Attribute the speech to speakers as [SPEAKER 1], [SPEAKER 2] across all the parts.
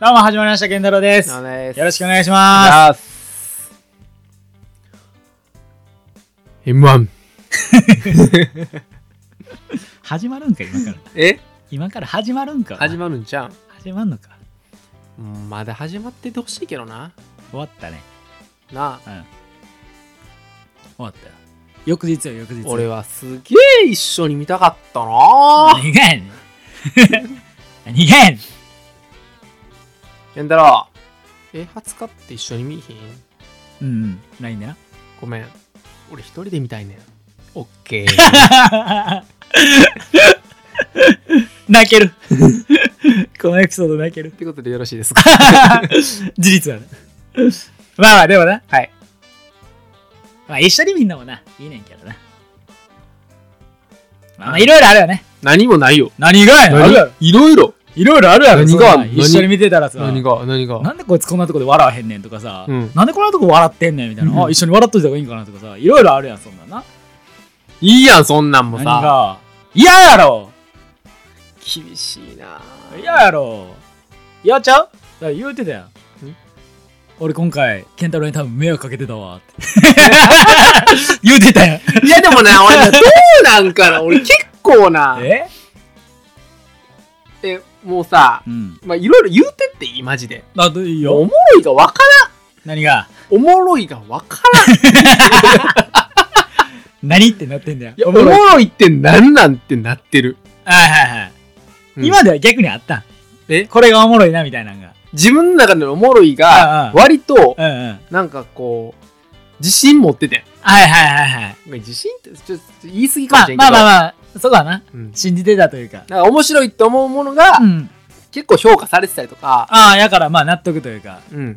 [SPEAKER 1] どうも始まりました健太郎です
[SPEAKER 2] ナオナです
[SPEAKER 1] よろしくお
[SPEAKER 2] お
[SPEAKER 1] 願いし
[SPEAKER 2] 願
[SPEAKER 1] ま
[SPEAKER 2] いします M1
[SPEAKER 1] す始まるんか今から
[SPEAKER 2] え
[SPEAKER 1] 今から始まるんか
[SPEAKER 2] 始まるんじゃん
[SPEAKER 1] 始まんのか
[SPEAKER 2] うんまだ始まっててほしいけどな
[SPEAKER 1] 終わったね
[SPEAKER 2] な
[SPEAKER 1] う
[SPEAKER 2] あ
[SPEAKER 1] ん終わったよ翌日よ翌日よ
[SPEAKER 2] 俺はすげえ一緒に見たかったな
[SPEAKER 1] 何がやね ん何がやねん
[SPEAKER 2] ケンタロウえ20日って一緒に見いひん
[SPEAKER 1] うんうん LINE でな
[SPEAKER 2] ごめん俺一人で見たいねんオッ ケー
[SPEAKER 1] 泣 けるこのエピソード泣ける
[SPEAKER 2] ってことでよろしいですか
[SPEAKER 1] 事実だね まあまあでもな
[SPEAKER 2] はい
[SPEAKER 1] まあ一緒にみんなもないいねんけどなまあまあいろいろあるよね
[SPEAKER 2] 何もないよ
[SPEAKER 1] 何がやねんあるやろ
[SPEAKER 2] いろいろ
[SPEAKER 1] いろいろあるやろ
[SPEAKER 2] 何が
[SPEAKER 1] そんなん一緒に見てたらさ
[SPEAKER 2] 何が何が
[SPEAKER 1] なんでこいつこんなとこで笑わへんねんとかさ、
[SPEAKER 2] うん
[SPEAKER 1] なんでこんなとこ笑ってんねんみたいな、
[SPEAKER 2] うん
[SPEAKER 1] あ一緒に笑っといた方がいいんかなとかさいろいろあるやんそんなんない
[SPEAKER 2] いやんそんなんも
[SPEAKER 1] 何
[SPEAKER 2] さ
[SPEAKER 1] が嫌やろ
[SPEAKER 2] 厳しいな
[SPEAKER 1] 嫌やろ嫌ちゃうだから言うてたやん俺今回ケンタロウに多分迷惑かけてた わって言うてたやん
[SPEAKER 2] いやでもね、俺 ね、どうなんかな俺結構な、
[SPEAKER 1] え
[SPEAKER 2] え、もうさ、
[SPEAKER 1] うん
[SPEAKER 2] まあ、いろいろ言うてっていい、マジで。
[SPEAKER 1] あどういい
[SPEAKER 2] お
[SPEAKER 1] よ
[SPEAKER 2] もろいがわからん。
[SPEAKER 1] 何が
[SPEAKER 2] おもろいがわからん。
[SPEAKER 1] 何ってなってんだよ
[SPEAKER 2] いや、お
[SPEAKER 1] お
[SPEAKER 2] も
[SPEAKER 1] もろい
[SPEAKER 2] ろいってなんなんってなってる。
[SPEAKER 1] はいはいはい、
[SPEAKER 2] うん
[SPEAKER 1] 今では逆にあったん
[SPEAKER 2] え
[SPEAKER 1] これがおもろいなみたいなのが
[SPEAKER 2] 自分の中でのおもろい
[SPEAKER 1] ああ
[SPEAKER 2] が、割と
[SPEAKER 1] う、んうん
[SPEAKER 2] なんかこう、自信持ってて。
[SPEAKER 1] はいはいはいはい
[SPEAKER 2] 自信って、ちょっと言い過ぎか
[SPEAKER 1] まあ
[SPEAKER 2] もしれんけ
[SPEAKER 1] まあ
[SPEAKER 2] ど。
[SPEAKER 1] まあまあそうだな
[SPEAKER 2] うん
[SPEAKER 1] 信じてたというか
[SPEAKER 2] なんか面白いって思うものが、
[SPEAKER 1] うん
[SPEAKER 2] 結構評価されてたりとか、
[SPEAKER 1] ああやからまあ納得というか
[SPEAKER 2] うん。
[SPEAKER 1] うん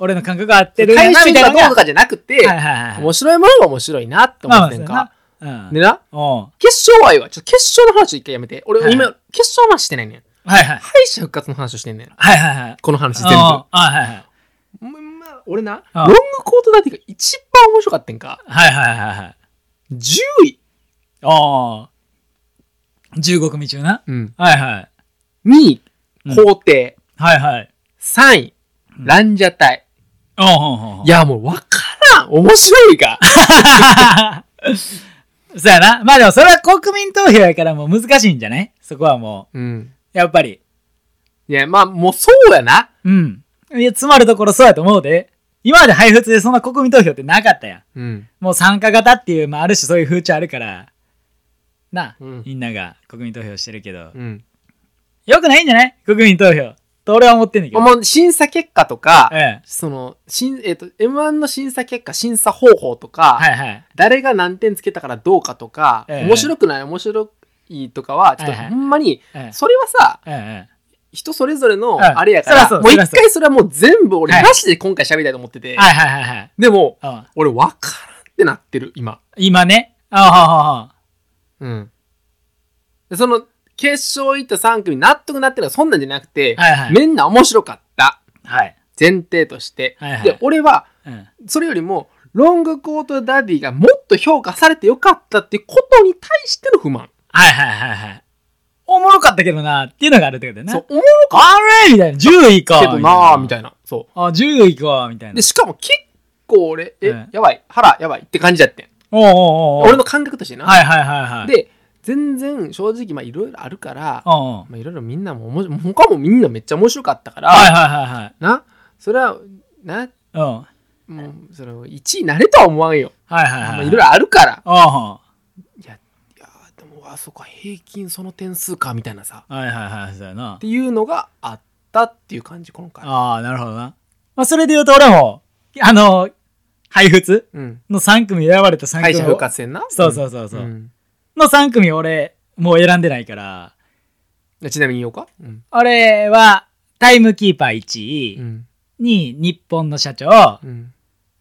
[SPEAKER 1] 俺の感覚が合って
[SPEAKER 2] 大
[SPEAKER 1] るんやな
[SPEAKER 2] 衆
[SPEAKER 1] みたい
[SPEAKER 2] が
[SPEAKER 1] なの
[SPEAKER 2] どうと
[SPEAKER 1] が
[SPEAKER 2] かじゃなくて、
[SPEAKER 1] はいはいはい
[SPEAKER 2] 面白いものが面白いなって思ってん
[SPEAKER 1] まあ
[SPEAKER 2] か。
[SPEAKER 1] まあそうやなうん
[SPEAKER 2] でな、
[SPEAKER 1] おう
[SPEAKER 2] 決勝愛は、ちょっと決勝の話を一回やめて。俺、
[SPEAKER 1] はい
[SPEAKER 2] 今、決勝の話してないねん。
[SPEAKER 1] はいはい
[SPEAKER 2] 敗者復活の話をしてんねん。
[SPEAKER 1] はいはいはい
[SPEAKER 2] この話全
[SPEAKER 1] おう
[SPEAKER 2] 部。
[SPEAKER 1] はいはいはい
[SPEAKER 2] ほんま俺な、
[SPEAKER 1] うん
[SPEAKER 2] ロングコートダディが一番面白かったんか。
[SPEAKER 1] はいはいはいはい
[SPEAKER 2] 10位、
[SPEAKER 1] おう15組中な
[SPEAKER 2] うん、
[SPEAKER 1] はいはい
[SPEAKER 2] 2位
[SPEAKER 1] うん、
[SPEAKER 2] 皇帝、
[SPEAKER 1] はいはい
[SPEAKER 2] 3位
[SPEAKER 1] う、ん
[SPEAKER 2] ランジャタイ。
[SPEAKER 1] おうほうほうほう
[SPEAKER 2] いや、もうわからん面白いか。
[SPEAKER 1] そうやな。まあでもそれは国民投票やからもう難しいんじゃないそこはも
[SPEAKER 2] うん。
[SPEAKER 1] う。やっぱり。
[SPEAKER 2] いや、まあ、もうそうやな。
[SPEAKER 1] うん。いや、詰まるところそうやと思うで。今まで配布でそんな国民投票ってなかったやん。
[SPEAKER 2] うん。
[SPEAKER 1] もう参加型っていう、まあある種そういう風潮あるから。なあ、
[SPEAKER 2] うん
[SPEAKER 1] みんなが国民投票してるけど。
[SPEAKER 2] うん。
[SPEAKER 1] よくないんじゃない国民投票。と俺は思ってんだけど。
[SPEAKER 2] もう審査結果とか、
[SPEAKER 1] ええ。
[SPEAKER 2] その、しんえっ、と、M1 の審査結果、審査方法とか、
[SPEAKER 1] はいはい。
[SPEAKER 2] 誰が何点つけたからどうかとか、
[SPEAKER 1] ええ
[SPEAKER 2] 面白くない面白いとかはちょっと
[SPEAKER 1] はいはい
[SPEAKER 2] ほんまに、
[SPEAKER 1] ええ。
[SPEAKER 2] それはさ
[SPEAKER 1] ええ
[SPEAKER 2] 人それぞれの
[SPEAKER 1] ん
[SPEAKER 2] あれやから、
[SPEAKER 1] そらそう
[SPEAKER 2] もう
[SPEAKER 1] そら
[SPEAKER 2] 一
[SPEAKER 1] そう
[SPEAKER 2] 回それはもう全部俺
[SPEAKER 1] はい
[SPEAKER 2] なしで今回喋りたいと思ってて、
[SPEAKER 1] はいはいはいはい。
[SPEAKER 2] でも
[SPEAKER 1] うん
[SPEAKER 2] 俺分からんってなってる今、
[SPEAKER 1] 今ね。ああ、は
[SPEAKER 2] うん、でその決勝行った3組納得なってるのはそんなんじゃなくて、
[SPEAKER 1] はいはい
[SPEAKER 2] みんな面白かった
[SPEAKER 1] ははい。
[SPEAKER 2] 前提として、
[SPEAKER 1] はいはい
[SPEAKER 2] で俺は
[SPEAKER 1] うん。
[SPEAKER 2] それよりもロングコートダディがもっと評価されてよかったっていうことに対しての不満
[SPEAKER 1] はいはいはいはい。おもろかったけどなっていうのがあるってことだよね。
[SPEAKER 2] そうおもろかっ
[SPEAKER 1] あれみたいな。10位か
[SPEAKER 2] たけどなーみたいなそう
[SPEAKER 1] あ、10位かみたいな。
[SPEAKER 2] で、しかも結構俺、え、
[SPEAKER 1] うん
[SPEAKER 2] やばい、腹やばいって感じだってん。
[SPEAKER 1] おうおうおうおう
[SPEAKER 2] 俺の感覚としてな。
[SPEAKER 1] はいはいはいはい。、
[SPEAKER 2] で、全然正直、まあいろいろあるから、
[SPEAKER 1] おうおう
[SPEAKER 2] まあいろいろみんなも面白い、他もみんなめっちゃ面白かったから、
[SPEAKER 1] はいはいはいはい。
[SPEAKER 2] な、それは、な、
[SPEAKER 1] うん。はい
[SPEAKER 2] もう、その、1位になれとは思わんよ。
[SPEAKER 1] はい
[SPEAKER 2] ま
[SPEAKER 1] は
[SPEAKER 2] あ
[SPEAKER 1] い。
[SPEAKER 2] いろいろあるから。
[SPEAKER 1] おうお
[SPEAKER 2] いやーでも、あ、そっか、平均その点数か、みたいなさ。
[SPEAKER 1] うはいはいはい。そうやな
[SPEAKER 2] っ。ていうのがあったっていう感じ、今回。
[SPEAKER 1] ああ、なるほどな。まあ、それで言うと俺も、あの、配布
[SPEAKER 2] うん。
[SPEAKER 1] の3組選ばれた3組を。
[SPEAKER 2] 敗者復活戦な。
[SPEAKER 1] そうそうそうそう。
[SPEAKER 2] ん
[SPEAKER 1] の3組俺、もう選んでないから、
[SPEAKER 2] うんちなみに言おうか。うん。
[SPEAKER 1] 俺は、タイムキーパー1
[SPEAKER 2] う
[SPEAKER 1] 位、
[SPEAKER 2] ん。
[SPEAKER 1] に日本の社長、
[SPEAKER 2] うん。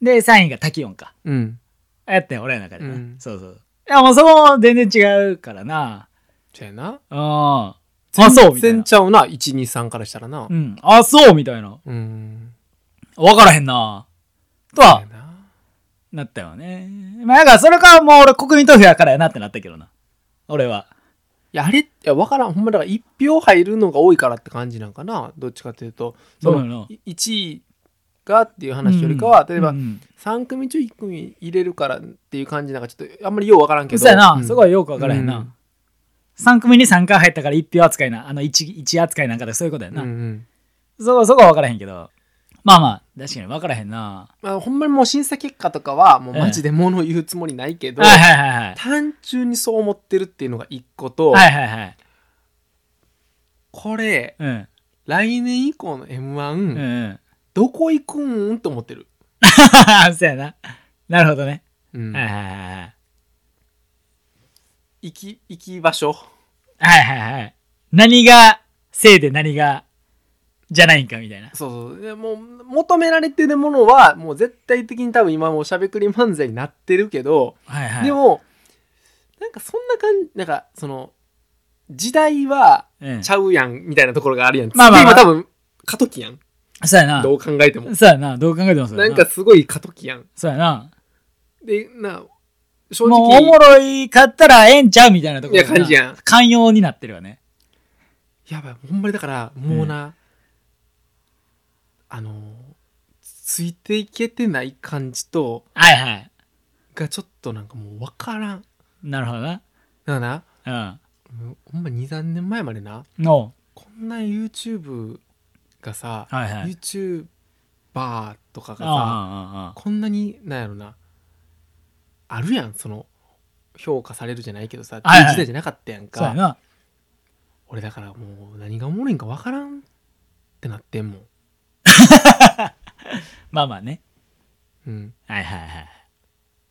[SPEAKER 1] で、3位が滝音か。
[SPEAKER 2] うん。
[SPEAKER 1] やってん俺の中でな、
[SPEAKER 2] うん
[SPEAKER 1] そうそういやもうそこも全然違うからな
[SPEAKER 2] じゃあな。
[SPEAKER 1] うんあ
[SPEAKER 2] 全
[SPEAKER 1] そうみたいな
[SPEAKER 2] 然ちゃうな、123からしたらな
[SPEAKER 1] う。んあそうみたいな
[SPEAKER 2] うん。
[SPEAKER 1] 分からへんなとは
[SPEAKER 2] そうやな
[SPEAKER 1] なったよねまあだからそれからもう俺国民投票やからやなってなったけどな俺は
[SPEAKER 2] や、あれ、いや、わからん。ほんま、だから、一票入るのが多いからって感じなんかな。どっちかというと、
[SPEAKER 1] そ
[SPEAKER 2] そ
[SPEAKER 1] うな
[SPEAKER 2] の
[SPEAKER 1] の
[SPEAKER 2] い1位がっていう話よりかは、例えば、
[SPEAKER 1] うんうん
[SPEAKER 2] 3組中1組入れるからっていう感じなんかちょっとあんまりようわからんけど
[SPEAKER 1] そうやな、
[SPEAKER 2] うん
[SPEAKER 1] そこはよくわからへんな、
[SPEAKER 2] うん
[SPEAKER 1] 3組に3回入ったから1票扱いなあの 1, 一扱いなんかでそういうことやな、
[SPEAKER 2] うんうん
[SPEAKER 1] そこそこは分からへんけどまあまあ確かに分からへんな
[SPEAKER 2] まあ、ほんまにもう審査結果とかはもうマジで物を言うつもりないけど、
[SPEAKER 1] はいはいはいはい
[SPEAKER 2] 単純にそう思ってるっていうのが1個と、
[SPEAKER 1] はいはいはい
[SPEAKER 2] これ
[SPEAKER 1] うん
[SPEAKER 2] 来年以降の m 1、
[SPEAKER 1] うんうん
[SPEAKER 2] どこ行くんと思ってる、
[SPEAKER 1] そうやななるほどね、
[SPEAKER 2] うん
[SPEAKER 1] はいはいはいはい
[SPEAKER 2] 行き行き場所
[SPEAKER 1] はいはいはい何がせいで何がじゃないんかみたいな
[SPEAKER 2] そうそうでもう求められてるものはもう絶対的に多分今もうしゃべくり漫才になってるけど、
[SPEAKER 1] はいはい
[SPEAKER 2] でもなんかそんな感じなんかその時代は
[SPEAKER 1] うん
[SPEAKER 2] ちゃうやんみたいなところがあるやん。
[SPEAKER 1] まあまあまあ
[SPEAKER 2] 今多分過渡期やん。
[SPEAKER 1] そうやな
[SPEAKER 2] どう考えても。
[SPEAKER 1] そうやなどう考えてもそうやな
[SPEAKER 2] な
[SPEAKER 1] ん
[SPEAKER 2] かすごい過渡期やん。
[SPEAKER 1] そうやな
[SPEAKER 2] で、な、正
[SPEAKER 1] もうおも
[SPEAKER 2] 直、
[SPEAKER 1] ろいかったらええんちゃうみたいなところ
[SPEAKER 2] いや感じやん
[SPEAKER 1] 寛容になってるわね
[SPEAKER 2] やばい、ほんまにだから、もうな、あのー、ついていけてない感じと、
[SPEAKER 1] はいはい
[SPEAKER 2] がちょっとなんかもうわからん。だか
[SPEAKER 1] なるほどな
[SPEAKER 2] らな、
[SPEAKER 1] うん
[SPEAKER 2] もうほんま2、3年前までな、
[SPEAKER 1] の
[SPEAKER 2] こんな YouTube がさ、
[SPEAKER 1] はいはい
[SPEAKER 2] YouTuber と
[SPEAKER 1] ああ
[SPEAKER 2] かがさ、
[SPEAKER 1] あああ
[SPEAKER 2] こんなになんやろなあるやんその評価されるじゃないけどさ、
[SPEAKER 1] はいはい
[SPEAKER 2] っていう時代じゃなかったや
[SPEAKER 1] あ
[SPEAKER 2] ん
[SPEAKER 1] そうや
[SPEAKER 2] か
[SPEAKER 1] な
[SPEAKER 2] 俺だからもう何がおもろいんかわからんってなってんもん、
[SPEAKER 1] まあまあね
[SPEAKER 2] うん、
[SPEAKER 1] はいはいはい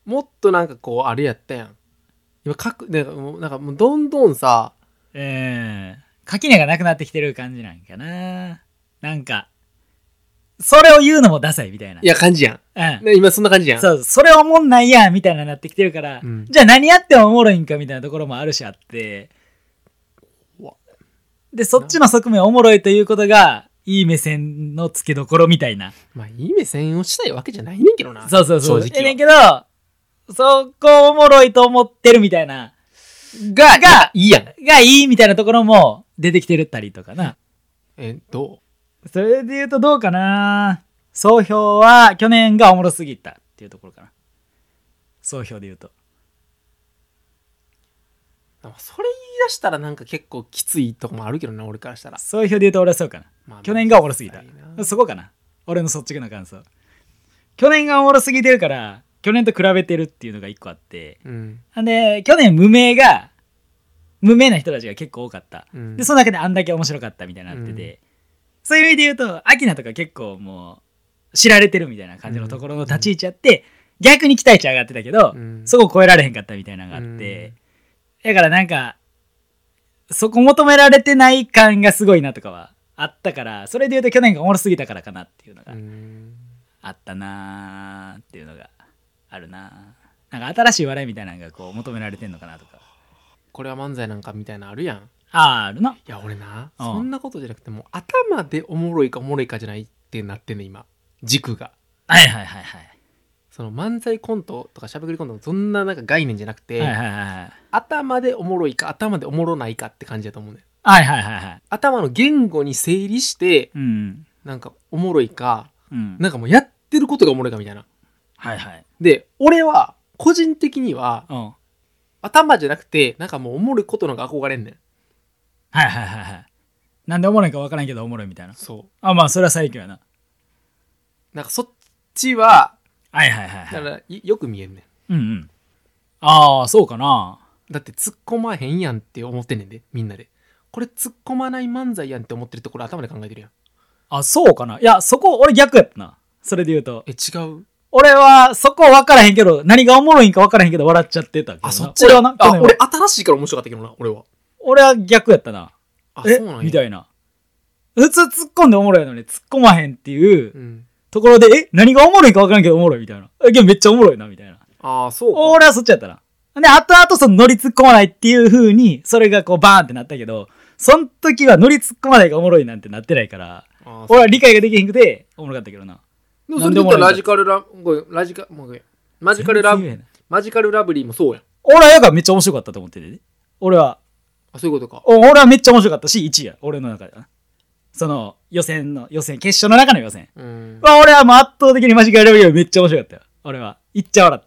[SPEAKER 2] もっとなんかこうあれやったやん今各なんかもうなんかもうどんどんさ
[SPEAKER 1] えー、垣根がなくなってきてる感じなんかななんかそれを言うのもダサいみたいない
[SPEAKER 2] や感じや
[SPEAKER 1] うん
[SPEAKER 2] ん、ね今そんな感じやん
[SPEAKER 1] そうそれおもんないやんみたいななってきてるから、
[SPEAKER 2] うん
[SPEAKER 1] じゃあ何やってもおもろいんかみたいなところもあるしあって
[SPEAKER 2] うわ
[SPEAKER 1] でそっちの側面おもろいということがいい目線のつけどころみたいな
[SPEAKER 2] まあいい目線をしたいわけじゃないねんけどな
[SPEAKER 1] そうそうそう
[SPEAKER 2] 正
[SPEAKER 1] ええね
[SPEAKER 2] 直
[SPEAKER 1] ん
[SPEAKER 2] は
[SPEAKER 1] けどそこおもろいと思ってるみたいな
[SPEAKER 2] が
[SPEAKER 1] が
[SPEAKER 2] いいやん
[SPEAKER 1] がいいみたいなところも出てきてるったりとかな
[SPEAKER 2] えど
[SPEAKER 1] それで言うとどうかな総評は去年がおもろすぎたっていうところかな総評で言うと
[SPEAKER 2] うなんかそれ言い出したらなんか結構きついとこもあるけどな俺からしたら、
[SPEAKER 1] 総評で言うと俺はそうかな
[SPEAKER 2] まあまあ
[SPEAKER 1] 去年がおもろすぎた
[SPEAKER 2] 実際な
[SPEAKER 1] そこかな俺の率直な感想去年がおもろすぎてるから去年と比べてるっていうのが一個あって
[SPEAKER 2] うん
[SPEAKER 1] んで去年無名が無名な人たちが結構多かった、
[SPEAKER 2] うん
[SPEAKER 1] でその中であんだけ面白かったみたいになってて、そういう意味で言うとアキナとか結構もう知られてるみたいな感じのところの立ち位置あって、逆に期待値上がってたけど、
[SPEAKER 2] うん
[SPEAKER 1] そこを超えられへんかったみたいなのがあって、だからなんかそこ求められてない感がすごいなとかはあったからそれで言うと去年がおもろすぎたからかなっていうのが
[SPEAKER 2] うん
[SPEAKER 1] あったなーっていうのがあるなーなんか新しい笑いみたいなのがこう求められてんのかなとか
[SPEAKER 2] これは漫才なんかみたいなのあるやんい
[SPEAKER 1] あーあるな
[SPEAKER 2] や俺な
[SPEAKER 1] うん
[SPEAKER 2] そんなことじゃなくてもう頭でおもろいかおもろいかじゃないってなってんね今軸が
[SPEAKER 1] はいはいはいはい
[SPEAKER 2] その漫才コントとかしゃべくりコントのそんななんか概念じゃなくて、
[SPEAKER 1] はいはいはい
[SPEAKER 2] 頭でおもろいか頭でおもろないかって感じだと思うねん
[SPEAKER 1] はいはいはいはい
[SPEAKER 2] 頭の言語に整理して
[SPEAKER 1] うん
[SPEAKER 2] なんかおもろいか
[SPEAKER 1] うん
[SPEAKER 2] なんかもうやってることがおもろいかみたいな
[SPEAKER 1] はいはい
[SPEAKER 2] で俺は個人的には
[SPEAKER 1] うんはい
[SPEAKER 2] 頭じゃなくてなんかもうおもろいことの方が憧れんねん
[SPEAKER 1] はいはいはいなんでおもろいか分からんけどおもろいみたいな
[SPEAKER 2] そ
[SPEAKER 1] あまあそれは最強やな
[SPEAKER 2] うなんかそっちは
[SPEAKER 1] はいはいはい
[SPEAKER 2] だか
[SPEAKER 1] はい
[SPEAKER 2] らいよく見えんねん
[SPEAKER 1] うんうんああそうかな
[SPEAKER 2] だって突っ込まへんやんって思ってんねんでみんなでこれ突っ込まない漫才やんって思ってるところ頭で考えてるやん
[SPEAKER 1] あそうかないやそこ俺逆やったなそれで言うと
[SPEAKER 2] え違う
[SPEAKER 1] 俺はそこ分からへんけど何がおもろいんか分からへんけど笑っちゃってたけどな
[SPEAKER 2] あそっち
[SPEAKER 1] 俺は
[SPEAKER 2] だ
[SPEAKER 1] な
[SPEAKER 2] あ
[SPEAKER 1] 去年は
[SPEAKER 2] 俺新しいから面白かったけどな俺は
[SPEAKER 1] 俺は逆やったな
[SPEAKER 2] あ
[SPEAKER 1] え
[SPEAKER 2] そうなんや
[SPEAKER 1] みたいな普通突っ込んでおもろいのに突っ込まへんっていう
[SPEAKER 2] うん、
[SPEAKER 1] ところで、え何がおもろいか分からんけどおもろいみたいな。えけどめっちゃおもろいなみたいな。
[SPEAKER 2] ああそうか
[SPEAKER 1] 俺はそっちやったな。で、後々その乗り突っ込まないっていう風に、それがこうバーンってなったけど、その時は乗り突っ込まないがおもろいなんてなってないから、
[SPEAKER 2] あーそう
[SPEAKER 1] 俺は理解ができへんくて、おもろかったけどな。
[SPEAKER 2] でもそれで言ったらラジカルラごめんラジカもうごめんマジカルラ
[SPEAKER 1] 全然言えへん
[SPEAKER 2] マジカルラブリーもそうやん
[SPEAKER 1] 俺はやからめっちゃ面白かったと思ってて、ね。俺は、
[SPEAKER 2] あそういうことか
[SPEAKER 1] お俺はめっちゃ面白かったし、1位や。俺の中ではな。その、予選の、予選、決勝の中の予選。
[SPEAKER 2] うん
[SPEAKER 1] うわ、俺はもう圧倒的にマジカルラブリーよりめっちゃ面白かったよ。俺は。いっちゃ笑っ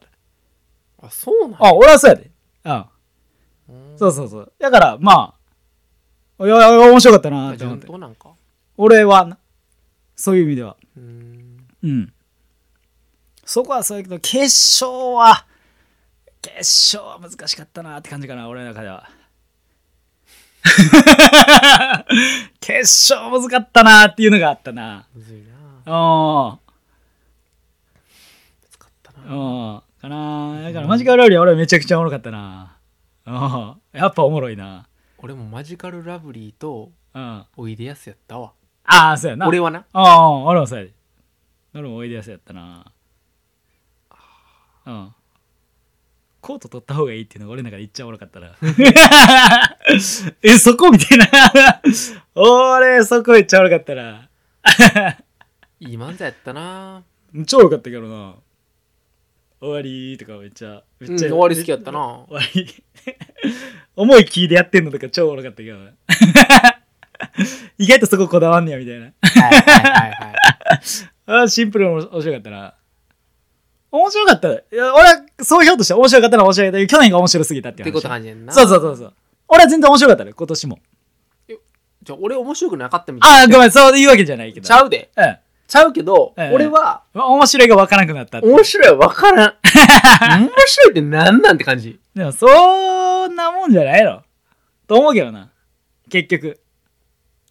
[SPEAKER 1] た。
[SPEAKER 2] あそうなんや
[SPEAKER 1] あ、俺はそうやで。うん。
[SPEAKER 2] うん
[SPEAKER 1] そうそうそう。だから、まあ、いや、いや面白かったな
[SPEAKER 2] あ
[SPEAKER 1] って思っ
[SPEAKER 2] 順
[SPEAKER 1] て。
[SPEAKER 2] 当なんか
[SPEAKER 1] 俺はな、そういう意味では。
[SPEAKER 2] うん
[SPEAKER 1] うん。そこはそうやけど、決勝は、決勝は難しかったなって感じかな、俺の中では。決勝難かったなっていうのがあったな。
[SPEAKER 2] むず
[SPEAKER 1] う
[SPEAKER 2] いな
[SPEAKER 1] ん。
[SPEAKER 2] むずかった
[SPEAKER 1] うん
[SPEAKER 2] な。
[SPEAKER 1] かなだから、マジカルラブリーは俺めちゃくちゃおもろかったな。うん。やっぱおもろいな。
[SPEAKER 2] 俺もマジカルラブリーと
[SPEAKER 1] うん。あ
[SPEAKER 2] おいでやすやったわ
[SPEAKER 1] あ、そうやな。
[SPEAKER 2] 俺はな
[SPEAKER 1] ああ、俺もそうやで。俺もおいでやすやったな。うん。コート取った方がいいっていうのが俺の中で言っちゃおもろかった な。え、そこみたいな。俺、そこ言っちゃおもろかったな。
[SPEAKER 2] いい漫才やったな
[SPEAKER 1] 超よかったけどな。終わりとかめっちゃ、めっちゃ、
[SPEAKER 2] うん終わり好きやったな
[SPEAKER 1] 終わり。 思い聞いてやってんのとか超おもろかったけどな。 意外とそここだわんねやみたいな。
[SPEAKER 2] はいはいはいはい
[SPEAKER 1] あシンプルに面白かったな。面白かった。いや俺は総評としては面白かったのは面白かったけど去年が面白すぎたって
[SPEAKER 2] っ
[SPEAKER 1] いう
[SPEAKER 2] て
[SPEAKER 1] 話。
[SPEAKER 2] こと感じやんな
[SPEAKER 1] そうそうそうそう。俺は全然面白かったね、今年も。
[SPEAKER 2] じゃあ俺面白くなかったみたいな
[SPEAKER 1] ああ、ごめん、そういうわけじゃないけど。
[SPEAKER 2] ちゃうで
[SPEAKER 1] うん。
[SPEAKER 2] ちゃうけど、
[SPEAKER 1] ええ
[SPEAKER 2] 俺は
[SPEAKER 1] ま面白いが分からなくなったって
[SPEAKER 2] 面白いわから ん面白いって何なんて感じ
[SPEAKER 1] でも、そんなもんじゃないやろ。と思うけどな。結局。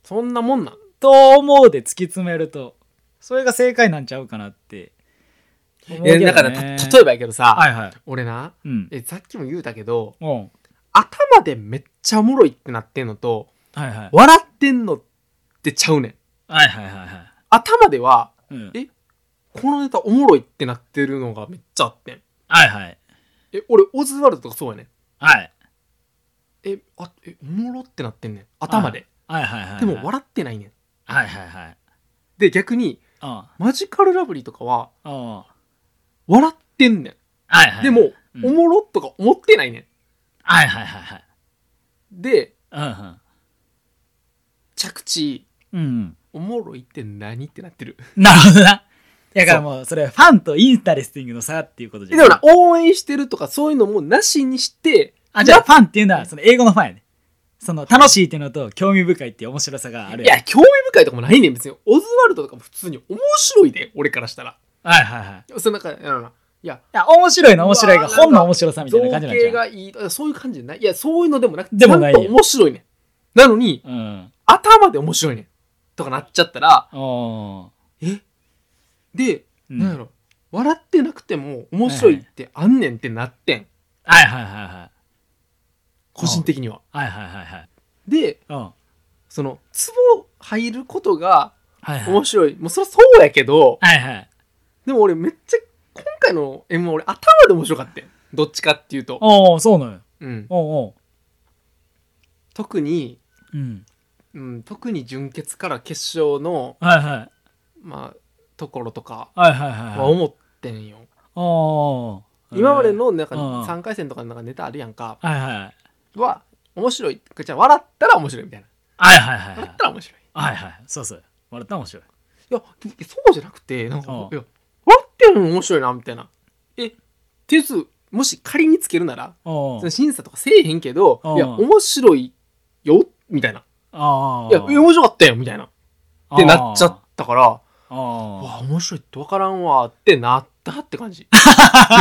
[SPEAKER 2] そんなもんなん
[SPEAKER 1] と思うで突き詰めると、それが正解なんちゃうかなって思うけど、
[SPEAKER 2] え
[SPEAKER 1] ね。
[SPEAKER 2] だからた例えばやけどさ、
[SPEAKER 1] はいはい。
[SPEAKER 2] 俺な
[SPEAKER 1] うん。
[SPEAKER 2] えさっきも言うたけど
[SPEAKER 1] おう
[SPEAKER 2] 頭でめっちゃおもろいってなってんのと
[SPEAKER 1] はいはい。
[SPEAKER 2] 笑ってんのってちゃうねん
[SPEAKER 1] はいはいはいはい。
[SPEAKER 2] 頭では
[SPEAKER 1] うん
[SPEAKER 2] えこのネタおもろいってなってるのがめっちゃあってん
[SPEAKER 1] はいはい。
[SPEAKER 2] え俺オズワルドとかそうやねん
[SPEAKER 1] はい。
[SPEAKER 2] えあえおもろってなってんねん頭で
[SPEAKER 1] はいはいはいはい。
[SPEAKER 2] でも笑ってないねん
[SPEAKER 1] はいはいはい。
[SPEAKER 2] で逆に
[SPEAKER 1] うん。
[SPEAKER 2] マジカルラブリーとかは
[SPEAKER 1] うん。
[SPEAKER 2] 笑ってんね
[SPEAKER 1] はいは
[SPEAKER 2] ん
[SPEAKER 1] い。
[SPEAKER 2] でも、
[SPEAKER 1] うん
[SPEAKER 2] おもろとか思ってないねん
[SPEAKER 1] はいはいはいはい。
[SPEAKER 2] で
[SPEAKER 1] うん
[SPEAKER 2] 着地
[SPEAKER 1] うん。うん
[SPEAKER 2] おもろいって何ってなってる
[SPEAKER 1] うん。なるほどな。だからもう、それ、ファンとインタレスティングの差っていうことじ
[SPEAKER 2] で
[SPEAKER 1] ゃ
[SPEAKER 2] もな応援してるとかそういうのもなしにして
[SPEAKER 1] あ、じゃあ、ファンっていうのは、その英語のファンやね。その、楽しいっていうのと、興味深いっていう面白さがある
[SPEAKER 2] い
[SPEAKER 1] やん
[SPEAKER 2] や興味深いとかもないねん別にオズワルドとかも普通に面白いで俺からしたら
[SPEAKER 1] はいはいはい。い
[SPEAKER 2] その中いやいや
[SPEAKER 1] や、面白いの面白いが、
[SPEAKER 2] うわーなんか
[SPEAKER 1] 本の面白さみたいな感じ
[SPEAKER 2] 造
[SPEAKER 1] なんじ
[SPEAKER 2] 形
[SPEAKER 1] ゃん。
[SPEAKER 2] がいいいやそういう感じじゃないいやそういうのでもなくて
[SPEAKER 1] でもない
[SPEAKER 2] ち
[SPEAKER 1] よ
[SPEAKER 2] ゃんと面白いねんなのに
[SPEAKER 1] うん。
[SPEAKER 2] 頭で面白いねんとかなっちゃったら
[SPEAKER 1] お
[SPEAKER 2] えで、
[SPEAKER 1] ー。
[SPEAKER 2] なんやろ笑ってなくても面白いってあんねんってなってん、
[SPEAKER 1] はいはいはいはい。
[SPEAKER 2] 個人的には。
[SPEAKER 1] はいはいはいはい。
[SPEAKER 2] で
[SPEAKER 1] うん。は
[SPEAKER 2] そのツボ入ることが
[SPEAKER 1] いはい。
[SPEAKER 2] 面白いもうそりゃそうやけど
[SPEAKER 1] はいはい。
[SPEAKER 2] でも俺めっちゃ今回の M 俺頭で面白かったよどっちかっていうと、
[SPEAKER 1] おー、そうなのよ。
[SPEAKER 2] うん、
[SPEAKER 1] おうお
[SPEAKER 2] 特に、
[SPEAKER 1] う。うん。
[SPEAKER 2] うん、特に準決から決勝の、
[SPEAKER 1] はいはい。
[SPEAKER 2] まあ、ところとか
[SPEAKER 1] はいはいはい
[SPEAKER 2] は
[SPEAKER 1] はい。
[SPEAKER 2] 思ってんよ、
[SPEAKER 1] おー
[SPEAKER 2] 今までのなんか
[SPEAKER 1] うん
[SPEAKER 2] 3回戦とかのなんかネタあるやんか
[SPEAKER 1] はいはい。
[SPEAKER 2] は面白いじゃあ笑ったら面白いみたいな
[SPEAKER 1] はいはいはいはい
[SPEAKER 2] 笑っ。たら面白い
[SPEAKER 1] はいはい。そうそう。笑ったら面白い。
[SPEAKER 2] いやでもそうじゃなくてなんか
[SPEAKER 1] うん
[SPEAKER 2] いや笑ってるの面白いなみたいなえ点数もし仮につけるなら
[SPEAKER 1] お
[SPEAKER 2] その審査とかせえへんけど
[SPEAKER 1] うん
[SPEAKER 2] いや面白いよみたいな
[SPEAKER 1] あ
[SPEAKER 2] いやいや面白かったよみたいなってなっちゃったからわ
[SPEAKER 1] た。も
[SPEAKER 2] あ面白いって分からんわってなったって感 じ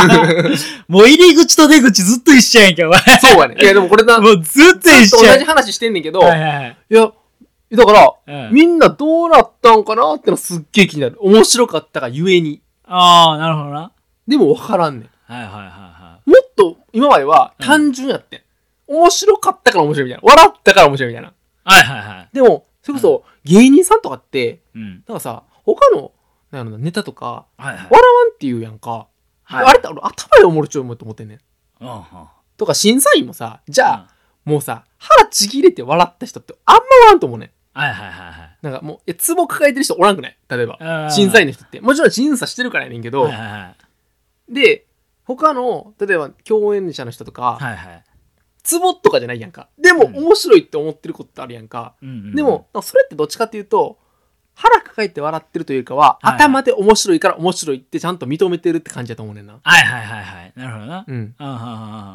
[SPEAKER 1] う入り口と出口ずっと一緒やんけ、お前。
[SPEAKER 2] そうやねいやでもこれな
[SPEAKER 1] もうずっと一
[SPEAKER 2] ず
[SPEAKER 1] 緒
[SPEAKER 2] っと
[SPEAKER 1] や
[SPEAKER 2] 同
[SPEAKER 1] ん
[SPEAKER 2] じ。話してんねんけど、
[SPEAKER 1] はい
[SPEAKER 2] い、
[SPEAKER 1] はい
[SPEAKER 2] やだから
[SPEAKER 1] はい。うん
[SPEAKER 2] みんなどうなったんかなってのはすっげえ気になる面白かったがゆえに
[SPEAKER 1] ああ、なるほどな。
[SPEAKER 2] でも分からんねん
[SPEAKER 1] はいはいはいは
[SPEAKER 2] もっと今までは
[SPEAKER 1] うん。
[SPEAKER 2] 単純やってん、面白かったから面白いみたいな笑ったから面白いみたいない
[SPEAKER 1] はいはいはい。
[SPEAKER 2] でもそれこそ芸人さんとかって
[SPEAKER 1] うん。
[SPEAKER 2] なんかさ他のなんやろなネタとか
[SPEAKER 1] はいはい。
[SPEAKER 2] 笑わんって言うやんか、
[SPEAKER 1] はい
[SPEAKER 2] あれって俺頭でおもろちょいもんと思ってんねん
[SPEAKER 1] うんうん
[SPEAKER 2] とか審査員もさじゃあ、もうさ腹ちぎれて笑った人ってあんまおらんと思うねん
[SPEAKER 1] うんはいはいはいはい。
[SPEAKER 2] なんかもうえツボ抱えてる人おらんくない例え
[SPEAKER 1] あ
[SPEAKER 2] ば
[SPEAKER 1] ー
[SPEAKER 2] 審査員の人ってもちろん審査してるからやねんけど、
[SPEAKER 1] はいはいはい
[SPEAKER 2] で他の例えば共演者の人とか、
[SPEAKER 1] はいはい。
[SPEAKER 2] ツボとかじゃないやんか。でも、
[SPEAKER 1] うん
[SPEAKER 2] 面白いって思ってることってあるやんか。
[SPEAKER 1] うんうん
[SPEAKER 2] でも、なんかそれってどっちかっていうと、腹抱えて笑ってるというかは、
[SPEAKER 1] はいはい
[SPEAKER 2] 頭で面白いから面白いってちゃんと認めてるって感じだと思うねんな。
[SPEAKER 1] はいはいはいはいなるほどな、
[SPEAKER 2] うん。
[SPEAKER 1] あはは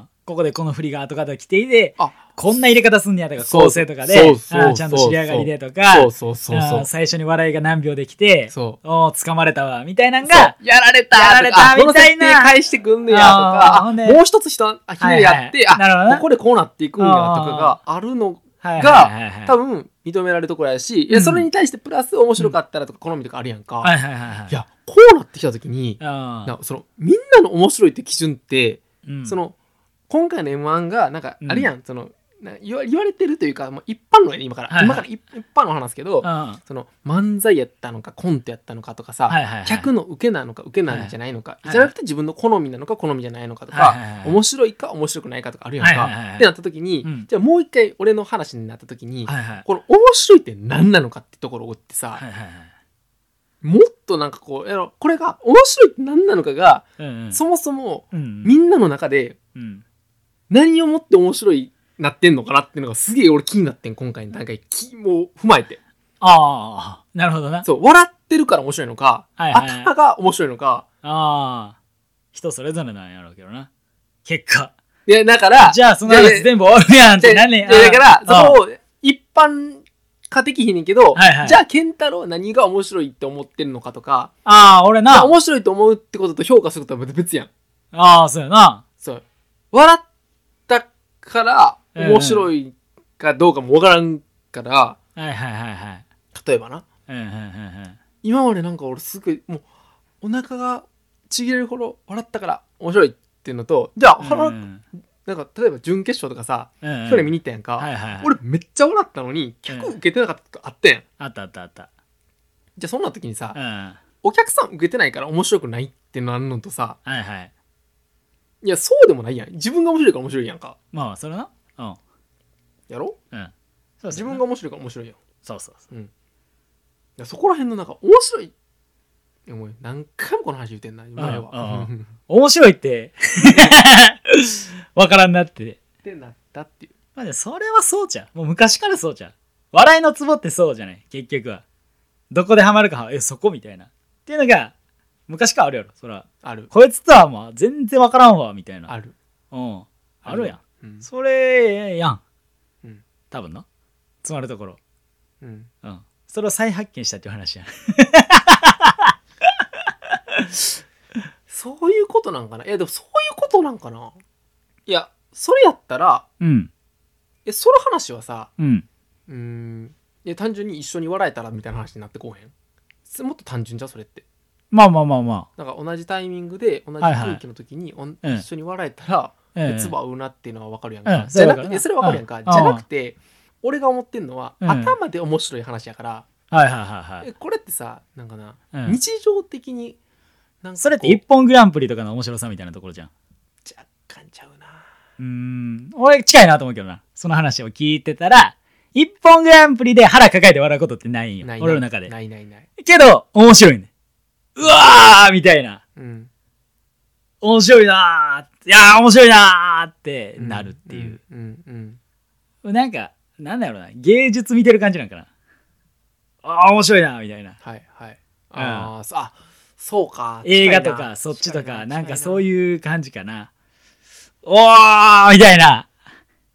[SPEAKER 1] はここでこの振りが後から来ていて
[SPEAKER 2] あ、
[SPEAKER 1] こんな入れ方すんねやとか
[SPEAKER 2] そう
[SPEAKER 1] 構成とかで
[SPEAKER 2] そうそう
[SPEAKER 1] あちゃんと尻上がりでとか
[SPEAKER 2] そうそうそうそ
[SPEAKER 1] あ
[SPEAKER 2] う。
[SPEAKER 1] 最初に笑いが何秒できて
[SPEAKER 2] そう。
[SPEAKER 1] おー掴まれたわみたいなん
[SPEAKER 2] が
[SPEAKER 1] が、
[SPEAKER 2] やられた
[SPEAKER 1] やられた
[SPEAKER 2] とか
[SPEAKER 1] みたいな
[SPEAKER 2] この設定返してくんねやと
[SPEAKER 1] あーほ
[SPEAKER 2] か
[SPEAKER 1] ん、で
[SPEAKER 2] もう一つひとあひねりやって、
[SPEAKER 1] はいはいなるほど
[SPEAKER 2] あ、
[SPEAKER 1] な
[SPEAKER 2] ここでこうなっていくんやとかがあるの
[SPEAKER 1] はい
[SPEAKER 2] が
[SPEAKER 1] はいはいはい
[SPEAKER 2] 多分認められるところやし、いや
[SPEAKER 1] うん
[SPEAKER 2] それに対してプラス面白かったらとか好みとかあるやんか、
[SPEAKER 1] はいはいはいはい
[SPEAKER 2] いやこうなってきた時に
[SPEAKER 1] あー
[SPEAKER 2] なそのみんなの面白いって基準って、
[SPEAKER 1] うん
[SPEAKER 2] その今回の m 1がなんかあれやん、そのな言わ言われてるというかもう一般論やね今から、
[SPEAKER 1] はいはい
[SPEAKER 2] 今から一一般論話すけ
[SPEAKER 1] う
[SPEAKER 2] ど、
[SPEAKER 1] んは
[SPEAKER 2] その漫才やったのかコントやったのかとかさ、
[SPEAKER 1] いはいはい
[SPEAKER 2] 客の受けなのか受けなんじゃないのか、
[SPEAKER 1] はい
[SPEAKER 2] じゃなくて自分の好みなのか好みじゃないのかとか、
[SPEAKER 1] はいはいはい
[SPEAKER 2] 面白いか面白くないかとかあるやんか、
[SPEAKER 1] はいはいはい
[SPEAKER 2] ってなった時に、
[SPEAKER 1] うん
[SPEAKER 2] じゃあもう一回俺の話になった時に、
[SPEAKER 1] はいはい
[SPEAKER 2] この面白いって何なのかってところってさ、
[SPEAKER 1] はいはいはい
[SPEAKER 2] もっとなんかこうやろこれが面白いって何なのかが、
[SPEAKER 1] うんうん
[SPEAKER 2] そもそも
[SPEAKER 1] うん
[SPEAKER 2] みんなの中で
[SPEAKER 1] うん
[SPEAKER 2] 何をもって面白いなってんのかなっていうのがすげえ俺気になってん今回の段階気もう踏まえて
[SPEAKER 1] ああなるほどな
[SPEAKER 2] そう笑ってるから面白いのか、
[SPEAKER 1] はいはいはい
[SPEAKER 2] 頭が面白いのか
[SPEAKER 1] ああ人それぞれなんやろうけどな結果
[SPEAKER 2] いやだから
[SPEAKER 1] じゃあその話全部終わるやんっ
[SPEAKER 2] で
[SPEAKER 1] てなんねんあ
[SPEAKER 2] だ
[SPEAKER 1] ー
[SPEAKER 2] から、
[SPEAKER 1] あー
[SPEAKER 2] その、一般化的ひねんけど、
[SPEAKER 1] はいはい
[SPEAKER 2] じゃあ、ケンタロウは何が面白いって思ってるのかとか、
[SPEAKER 1] ああ俺
[SPEAKER 2] まあ
[SPEAKER 1] な
[SPEAKER 2] 面白いと思うってことと評価することは別やん。
[SPEAKER 1] ああそうやな
[SPEAKER 2] そう。笑ったから、面白いかどうかもわからんから、
[SPEAKER 1] はいはいはいはい
[SPEAKER 2] 例えばな、
[SPEAKER 1] うんうんうんうん
[SPEAKER 2] 今までなんか俺すぐ、もう、お腹がちぎれるほど笑ったから面白いっていうのと、じゃあ、腹、
[SPEAKER 1] うん
[SPEAKER 2] なんか、例えば準決勝とかさ、
[SPEAKER 1] うんうん
[SPEAKER 2] 去年見に行ったやんか、
[SPEAKER 1] はいはいはい
[SPEAKER 2] 俺めっちゃ笑ったのに、客受けてなかったとかあったやん。
[SPEAKER 1] あったあったあった
[SPEAKER 2] じゃあそんな時にさ、
[SPEAKER 1] うんは
[SPEAKER 2] お客さん受けてないから面白くないってなるのとさ
[SPEAKER 1] いはい
[SPEAKER 2] いやそうでもないやん自分が面白いから面白いやんか
[SPEAKER 1] まあそれなうん
[SPEAKER 2] やろ
[SPEAKER 1] うんそう
[SPEAKER 2] 自
[SPEAKER 1] そう
[SPEAKER 2] 分が面白いから面白いやんい
[SPEAKER 1] そうそうそ
[SPEAKER 2] やそこら辺のなんか面白いいやもう何回もこの話言ってんな前は
[SPEAKER 1] ああああう面白いって わからんなって
[SPEAKER 2] ってなったっていう
[SPEAKER 1] まあでもそれはそうじゃんもう昔からそうじゃん笑いのツボってそうじゃない結局はどこでハマるかはえそこみたいなっていうのが昔からあるやろそら
[SPEAKER 2] ある
[SPEAKER 1] こいつとはまあ全然わからんわみたいな
[SPEAKER 2] ある
[SPEAKER 1] うんあるやん
[SPEAKER 2] うん
[SPEAKER 1] それやん、
[SPEAKER 2] うん
[SPEAKER 1] 多分なつまるところ
[SPEAKER 2] うん
[SPEAKER 1] うんそれを再発見したっていう話やん
[SPEAKER 2] そういうことなんかないやでもそういうことなんかないやそれやったら
[SPEAKER 1] うん
[SPEAKER 2] えその話はさ
[SPEAKER 1] うん
[SPEAKER 2] うーんいや単純に一緒に笑えたらみたいな話になってこうへんすもっと単純じゃんそれって
[SPEAKER 1] まあまあまあま
[SPEAKER 2] なんか同じタイミングで同じ
[SPEAKER 1] はいはい
[SPEAKER 2] 空気の時におん
[SPEAKER 1] うん
[SPEAKER 2] 一緒に笑えたら、
[SPEAKER 1] あええ
[SPEAKER 2] ツバ合うなっていうのは分かるやん
[SPEAKER 1] う
[SPEAKER 2] か。
[SPEAKER 1] ん
[SPEAKER 2] じゃ
[SPEAKER 1] それは分
[SPEAKER 2] な
[SPEAKER 1] か
[SPEAKER 2] く
[SPEAKER 1] る
[SPEAKER 2] て、それは分かるやんか。
[SPEAKER 1] うん
[SPEAKER 2] じゃなくて、俺が思ってんのは、
[SPEAKER 1] うん
[SPEAKER 2] 頭で面白い話やから、
[SPEAKER 1] はいはいはいはい
[SPEAKER 2] えこれってさ、なんかな、
[SPEAKER 1] うん
[SPEAKER 2] 日常的に、なんかこう
[SPEAKER 1] それって一本グランプリとかの面白さみたいなところじゃん
[SPEAKER 2] 若干ちゃうな。
[SPEAKER 1] うーん俺近いなと思うけどなその話を聞いてたら一本グランプリで腹抱えて笑うことってないんよ
[SPEAKER 2] ない
[SPEAKER 1] 俺の中で
[SPEAKER 2] ないないない。
[SPEAKER 1] けど面白いねうわーみたいな
[SPEAKER 2] うん。
[SPEAKER 1] 面白いなーいやー面白いなーってなるっていう、。
[SPEAKER 2] うんうん。
[SPEAKER 1] なんかなんだろうな芸術見てる感じなんかなあー面白いなーみたいな
[SPEAKER 2] はいはい。あーそあ、そうか。
[SPEAKER 1] 映画と
[SPEAKER 2] 近いな
[SPEAKER 1] かそっちと
[SPEAKER 2] 近
[SPEAKER 1] か
[SPEAKER 2] い
[SPEAKER 1] なん
[SPEAKER 2] 近
[SPEAKER 1] かそう
[SPEAKER 2] い
[SPEAKER 1] いう感じかなおーみたいな、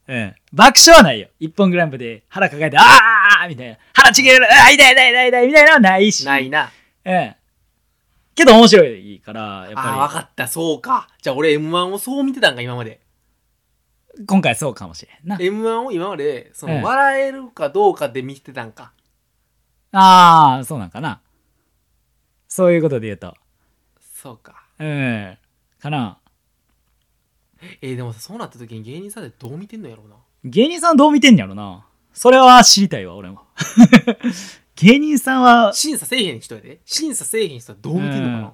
[SPEAKER 1] うん、爆笑はないよ一本グランプリで腹抱えてあーみたいな腹ちぎれるあー痛い痛い痛い痛いみたいなのはないし
[SPEAKER 2] なないな。
[SPEAKER 1] うん、けど面白いからやっ
[SPEAKER 2] あー、分
[SPEAKER 1] ぱ
[SPEAKER 2] かった、そうか。じゃあ俺 M1 をそう見てたんか、今まで。
[SPEAKER 1] り今回そうかもしれんな
[SPEAKER 2] M1 を今までそ
[SPEAKER 1] ええ
[SPEAKER 2] の笑えるかどうかで見てたんか、
[SPEAKER 1] ああそうなんかなそういうことで言うと
[SPEAKER 2] そうか
[SPEAKER 1] うんかな
[SPEAKER 2] えーでもさそうなった時に芸人さんってどう見てんのやろうな
[SPEAKER 1] 芸人さんどう見てんやろなそれは知りたいわ俺も 芸人さんは
[SPEAKER 2] 審査せえへん人やで審査せえへん人はどう見てんのかな、
[SPEAKER 1] うん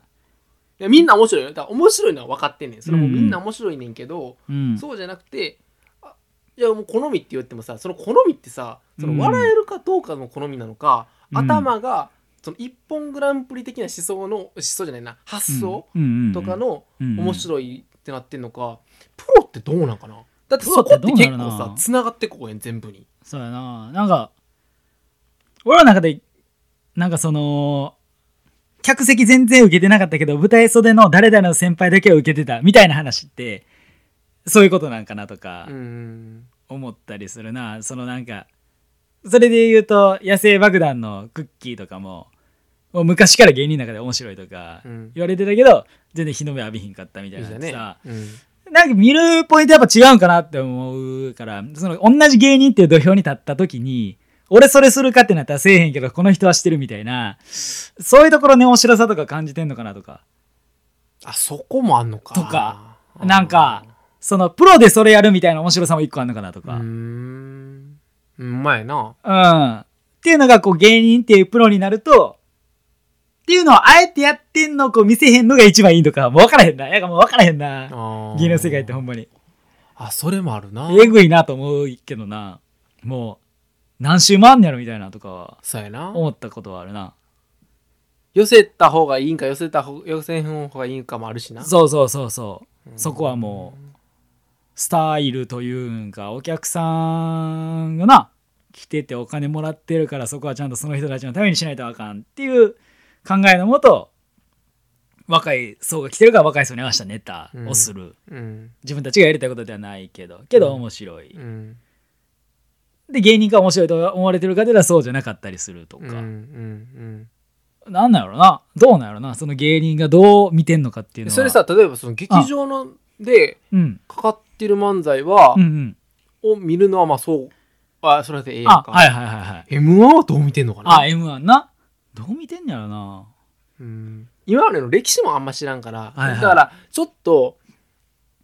[SPEAKER 2] いやみんな面白いよだから面白いのは分かってんねんそれも
[SPEAKER 1] うんうん
[SPEAKER 2] みんな面白いねんけど、
[SPEAKER 1] うん
[SPEAKER 2] そうじゃなくてあいやもう好みって言ってもさその好みってさそ
[SPEAKER 1] うん
[SPEAKER 2] の笑えるかどうかの好みなのか、
[SPEAKER 1] うん
[SPEAKER 2] 頭がその一本グランプリ的な思想の思想じゃないな発想
[SPEAKER 1] うんうんうんうん
[SPEAKER 2] とかの
[SPEAKER 1] うんうん
[SPEAKER 2] 面白いってなってんのか、プロってどうなんかなだってそこって結
[SPEAKER 1] どうな
[SPEAKER 2] 構
[SPEAKER 1] る
[SPEAKER 2] さ
[SPEAKER 1] な
[SPEAKER 2] つながってこうやん全部に
[SPEAKER 1] そうやななんか俺の中でなんかその客席全然受けてなかったけど舞台袖の誰々の先輩だけを受けてたみたいな話ってそういうことなんかなとか
[SPEAKER 2] うん
[SPEAKER 1] 思ったりするな、そのなんかそれで言うと野生爆弾のクッキーとかももう昔から芸人の中で面白いとか
[SPEAKER 2] うん
[SPEAKER 1] 言われてたけど全然日の目浴びひんかったみたいな
[SPEAKER 2] そう
[SPEAKER 1] のっ
[SPEAKER 2] だ
[SPEAKER 1] て
[SPEAKER 2] ね
[SPEAKER 1] さ、
[SPEAKER 2] うん
[SPEAKER 1] なんか見るポイントやっぱ違うんかなって思うから、その同じ芸人っていう土俵に立った時に、俺それするかってなったらせえへんけど、この人はしてるみたいな、そういうところね、面白さとか感じてんのかなとか、
[SPEAKER 2] あそこもあんのか
[SPEAKER 1] とか
[SPEAKER 2] あー
[SPEAKER 1] なんか、そのプロでそれやるみたいな面白さも一個あんのかなと
[SPEAKER 2] う
[SPEAKER 1] か、
[SPEAKER 2] ー
[SPEAKER 1] うん。
[SPEAKER 2] んうまいな
[SPEAKER 1] っていうのが、こう芸人っていうプロになると、っていうのをあえてやってんのをこう見せへんのが一番いいのか、もう分からへんな。やかもう分からへんな。芸
[SPEAKER 2] 芸
[SPEAKER 1] 能世界ってほんまに。
[SPEAKER 2] あそれもあるな
[SPEAKER 1] えぐいなと思うけどなもう何周回んねやろみたいなとかは
[SPEAKER 2] そうやな
[SPEAKER 1] 思ったことはあるな
[SPEAKER 2] 寄せた方がいいんか寄せた方寄せん方がいいんかもあるしな
[SPEAKER 1] そうそうそうそうそこはも
[SPEAKER 2] う
[SPEAKER 1] うスタイルというんかお客さんがな来ててお金もらってるからそこはちゃんとその人たちのためにしないとあかんっていう考えのもと若い層が来てるから若い層に合わせたネタをする、
[SPEAKER 2] うん
[SPEAKER 1] 自分たちがやりたいことではないけどけど面白い、
[SPEAKER 2] うん
[SPEAKER 1] で芸人が面白いと思われてるかではそうじゃなかったりすると
[SPEAKER 2] う
[SPEAKER 1] か、
[SPEAKER 2] んうん
[SPEAKER 1] なんなんやろなどうなんやろなその芸人がどう見てんのかっていううんのは
[SPEAKER 2] それさ例えばその劇場ので
[SPEAKER 1] うん
[SPEAKER 2] かかってる漫才は
[SPEAKER 1] うんうん
[SPEAKER 2] を見るのはまあそうあそれでええやん
[SPEAKER 1] あ
[SPEAKER 2] か
[SPEAKER 1] はいはいはいはい
[SPEAKER 2] M1 はどう見てんのかな
[SPEAKER 1] あ M1 などう見てんやろな
[SPEAKER 2] うん今までの歴史もあんま知らんから、
[SPEAKER 1] はいはい
[SPEAKER 2] だからちょっと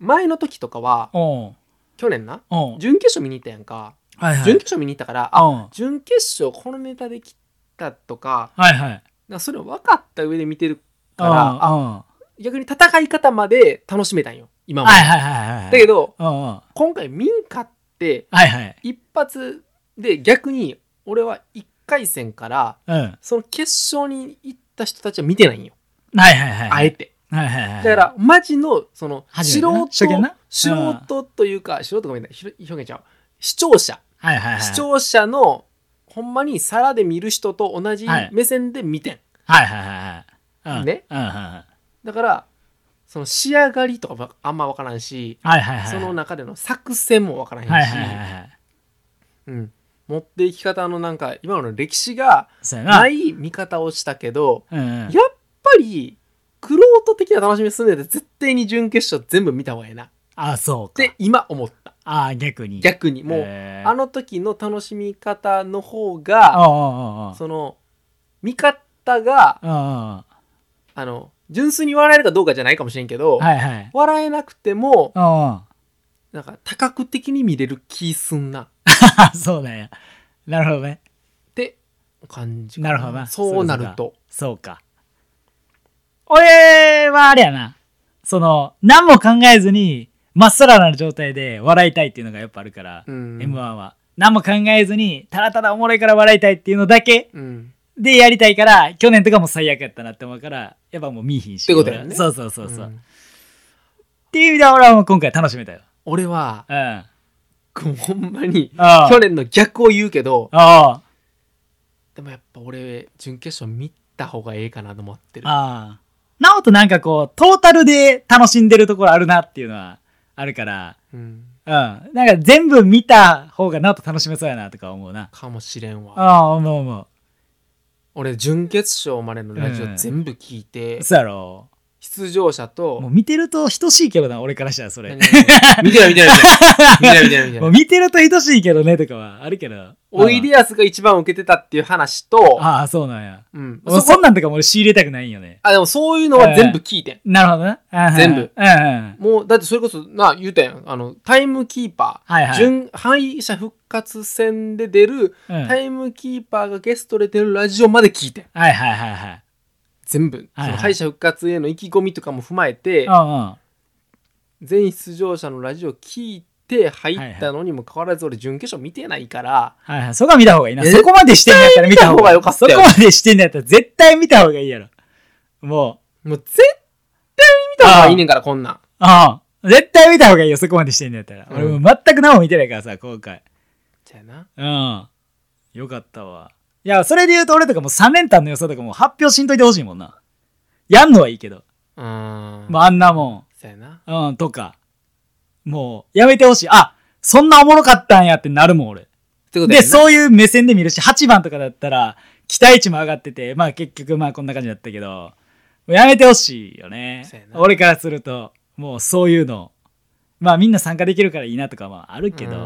[SPEAKER 2] 前の時とかは
[SPEAKER 1] おう
[SPEAKER 2] 去年な
[SPEAKER 1] おう
[SPEAKER 2] 準決勝見に行ったやんか、
[SPEAKER 1] はいはい
[SPEAKER 2] 準決勝見に行ったからあ
[SPEAKER 1] おう
[SPEAKER 2] 準決勝このネタできたとか
[SPEAKER 1] はいはい
[SPEAKER 2] なんかそれを分かった上で見てるから
[SPEAKER 1] おう
[SPEAKER 2] あ
[SPEAKER 1] おう
[SPEAKER 2] 逆に戦い方まで楽しめたんよ今まで、
[SPEAKER 1] はいはいはいはい
[SPEAKER 2] だけど
[SPEAKER 1] おうおう
[SPEAKER 2] 今回民家って
[SPEAKER 1] はいはい
[SPEAKER 2] 一発で逆に俺は1回戦から
[SPEAKER 1] うん
[SPEAKER 2] その決勝に行った人たちは見てないんよ、
[SPEAKER 1] はいはいはい
[SPEAKER 2] あえて
[SPEAKER 1] はいはいはい
[SPEAKER 2] だから、マジの、その、
[SPEAKER 1] 初
[SPEAKER 2] 素
[SPEAKER 1] めてな初
[SPEAKER 2] 人、
[SPEAKER 1] 見な
[SPEAKER 2] 素人というか、素人ごめんなさい、ひろ表現ちゃう。視聴者、
[SPEAKER 1] はいはいはい
[SPEAKER 2] 視聴者の、ほんまに皿で見る人と同じ
[SPEAKER 1] はい
[SPEAKER 2] 目線で見てん。
[SPEAKER 1] はいはいはいはいうん
[SPEAKER 2] ね
[SPEAKER 1] うんうんうんは
[SPEAKER 2] だから、その仕上がりとかばあんま分からんし、
[SPEAKER 1] いはいはい
[SPEAKER 2] その中での作戦も分からへんし、
[SPEAKER 1] はいはいはいはい
[SPEAKER 2] うん、持っていき方のなんか、今の歴史が
[SPEAKER 1] そうやな
[SPEAKER 2] ない見方をしたけど、
[SPEAKER 1] うんうん
[SPEAKER 2] やっぱり、クロート的な楽しみするんで絶対に準決勝全部見た方がええなっ
[SPEAKER 1] あそうか
[SPEAKER 2] て今思った
[SPEAKER 1] あ逆に
[SPEAKER 2] 逆にもう
[SPEAKER 1] へー
[SPEAKER 2] あの時の楽しみ方の方が、
[SPEAKER 1] おうおうおうおう
[SPEAKER 2] その、見方が、
[SPEAKER 1] うんうん
[SPEAKER 2] あの、純粋に笑えるかどうかじゃないかもしれんけど、
[SPEAKER 1] はいはい
[SPEAKER 2] 笑えなくても、
[SPEAKER 1] うんうん
[SPEAKER 2] なんか多角的に見れる気すんなっ
[SPEAKER 1] あそうなんや。なるほどね。
[SPEAKER 2] て感じか
[SPEAKER 1] なるほどな。
[SPEAKER 2] そうなると。
[SPEAKER 1] そうか。そうか。俺はあれやな。その、何も考えずに、まっさらな状態で笑いたいっていうのがやっぱあるから、
[SPEAKER 2] うん。
[SPEAKER 1] M1 は。何も考えずに、ただただおもろいから笑いたいっていうのだけ
[SPEAKER 2] うん。
[SPEAKER 1] でやりたいから、去年とかも最悪やったなって思うから、やっぱもう見いひんし。
[SPEAKER 2] ってことやね
[SPEAKER 1] 俺はそうそうそうそう。
[SPEAKER 2] ん
[SPEAKER 1] っていう意味では俺はもう今回楽しめたよ。
[SPEAKER 2] 俺は、
[SPEAKER 1] うん。あ
[SPEAKER 2] ほんまに、
[SPEAKER 1] あ。
[SPEAKER 2] 去年の逆を言うけど、
[SPEAKER 1] ああ。
[SPEAKER 2] でもやっぱ俺、準決勝見た方がええかなと思ってる。
[SPEAKER 1] ああ。なおとなんかこう、トータルで楽しんでるところあるなっていうのはあるから、
[SPEAKER 2] うん。
[SPEAKER 1] うん。なんか全部見た方がなおと楽しめそうやなとか思うな。
[SPEAKER 2] かもしれんわ。
[SPEAKER 1] ああ、思う思
[SPEAKER 2] 俺、準決勝までのラジ
[SPEAKER 1] うん
[SPEAKER 2] オ全部聞いて
[SPEAKER 1] う。、そうやろ。
[SPEAKER 2] 出場者と
[SPEAKER 1] もう見てると等しいけどな、俺からしたらそ れ。
[SPEAKER 2] 見てない見てない見てない見てない見 て
[SPEAKER 1] も
[SPEAKER 2] な
[SPEAKER 1] う
[SPEAKER 2] い
[SPEAKER 1] 見てると等しいけどねとかはあるけど。
[SPEAKER 2] おいでやすが一番受けてたっていう話と、
[SPEAKER 1] ああ、そうなんや。
[SPEAKER 2] うん、
[SPEAKER 1] そ
[SPEAKER 2] そ
[SPEAKER 1] そんなんとかも俺仕入れたくないんよね。
[SPEAKER 2] あでもそういうのは全部聞いてん、
[SPEAKER 1] なるほどな。ああ
[SPEAKER 2] 全部
[SPEAKER 1] うんうん。
[SPEAKER 2] もうだってそれこそな言うたやんあのタイムキーパー、
[SPEAKER 1] はいはい
[SPEAKER 2] 準敗者復活戦で出る
[SPEAKER 1] うんは
[SPEAKER 2] タ
[SPEAKER 1] い
[SPEAKER 2] イムキーパーがゲストで出るラジオまで聞いてん
[SPEAKER 1] はいはいはい。
[SPEAKER 2] 全部、
[SPEAKER 1] はいはい
[SPEAKER 2] その敗者復活への意気込みとかも踏まえて
[SPEAKER 1] うんうん。
[SPEAKER 2] 全出場者のラジオ聞いて入ったのにもかかわらず俺準決勝見てないから、
[SPEAKER 1] はいはい、そこは見た方がいいな。
[SPEAKER 2] え
[SPEAKER 1] そこまでしてんのやったら見た方がいい。
[SPEAKER 2] 絶対見た方がよかったよ
[SPEAKER 1] そこまでしてんのやったら絶対見た方がいいやろ。もう、
[SPEAKER 2] もう絶対見た方がいいねんからこんなん
[SPEAKER 1] ああ、絶対見た方がいいよ、そこまでしてんのやったら。
[SPEAKER 2] うん
[SPEAKER 1] 俺もう全く何も見てないからさ、今回。
[SPEAKER 2] じゃあな
[SPEAKER 1] うん。よかったわ。いや、それで言うと俺とかもう3連単の予想とかもう発表しんといてほしいもんな。やんのはいいけど。
[SPEAKER 2] うーん
[SPEAKER 1] もうあんなも。
[SPEAKER 2] そうやなん
[SPEAKER 1] うん、とか。もう、やめてほしい。あ、そんなおもろかったんやってなるもん、俺。
[SPEAKER 2] ってことや
[SPEAKER 1] で、
[SPEAKER 2] な
[SPEAKER 1] そういう目線で見るし、8番とかだったら、期待値も上がってて、まあ結局、まあこんな感じだったけど、もうやめてほしいよね
[SPEAKER 2] そうや。な
[SPEAKER 1] 俺からすると、もうそういうの、まあみんな参加できるからいいなとかはあるけ
[SPEAKER 2] う
[SPEAKER 1] ど。
[SPEAKER 2] ー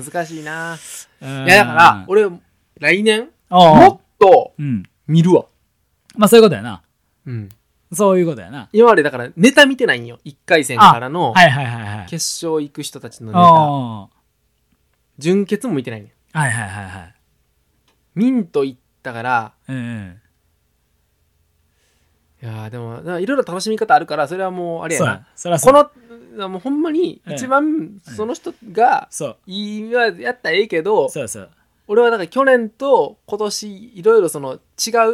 [SPEAKER 2] ん難しいないいやだから、俺来年も
[SPEAKER 1] お
[SPEAKER 2] っと
[SPEAKER 1] ううん。
[SPEAKER 2] 見るわ
[SPEAKER 1] まあそういうことやな。
[SPEAKER 2] うん
[SPEAKER 1] そういうことやな。
[SPEAKER 2] 今までだからネタ見てないんよ1回戦からの
[SPEAKER 1] はいはいはいはい。
[SPEAKER 2] 決勝行く人たちのネタ
[SPEAKER 1] おー
[SPEAKER 2] 準決も見てないんよ
[SPEAKER 1] はいはいはいはい。
[SPEAKER 2] ミント行ったから
[SPEAKER 1] うんうん。
[SPEAKER 2] いやーでもないろいろ楽しみ方あるからそれはもうあれや
[SPEAKER 1] そう
[SPEAKER 2] な
[SPEAKER 1] や。そらそ
[SPEAKER 2] こ
[SPEAKER 1] うや。
[SPEAKER 2] のもうほんまに
[SPEAKER 1] ええ
[SPEAKER 2] 一番その人が
[SPEAKER 1] そう。
[SPEAKER 2] いいわやったらええけど
[SPEAKER 1] そうそう。
[SPEAKER 2] 俺はだから去年と今年いろいろその違う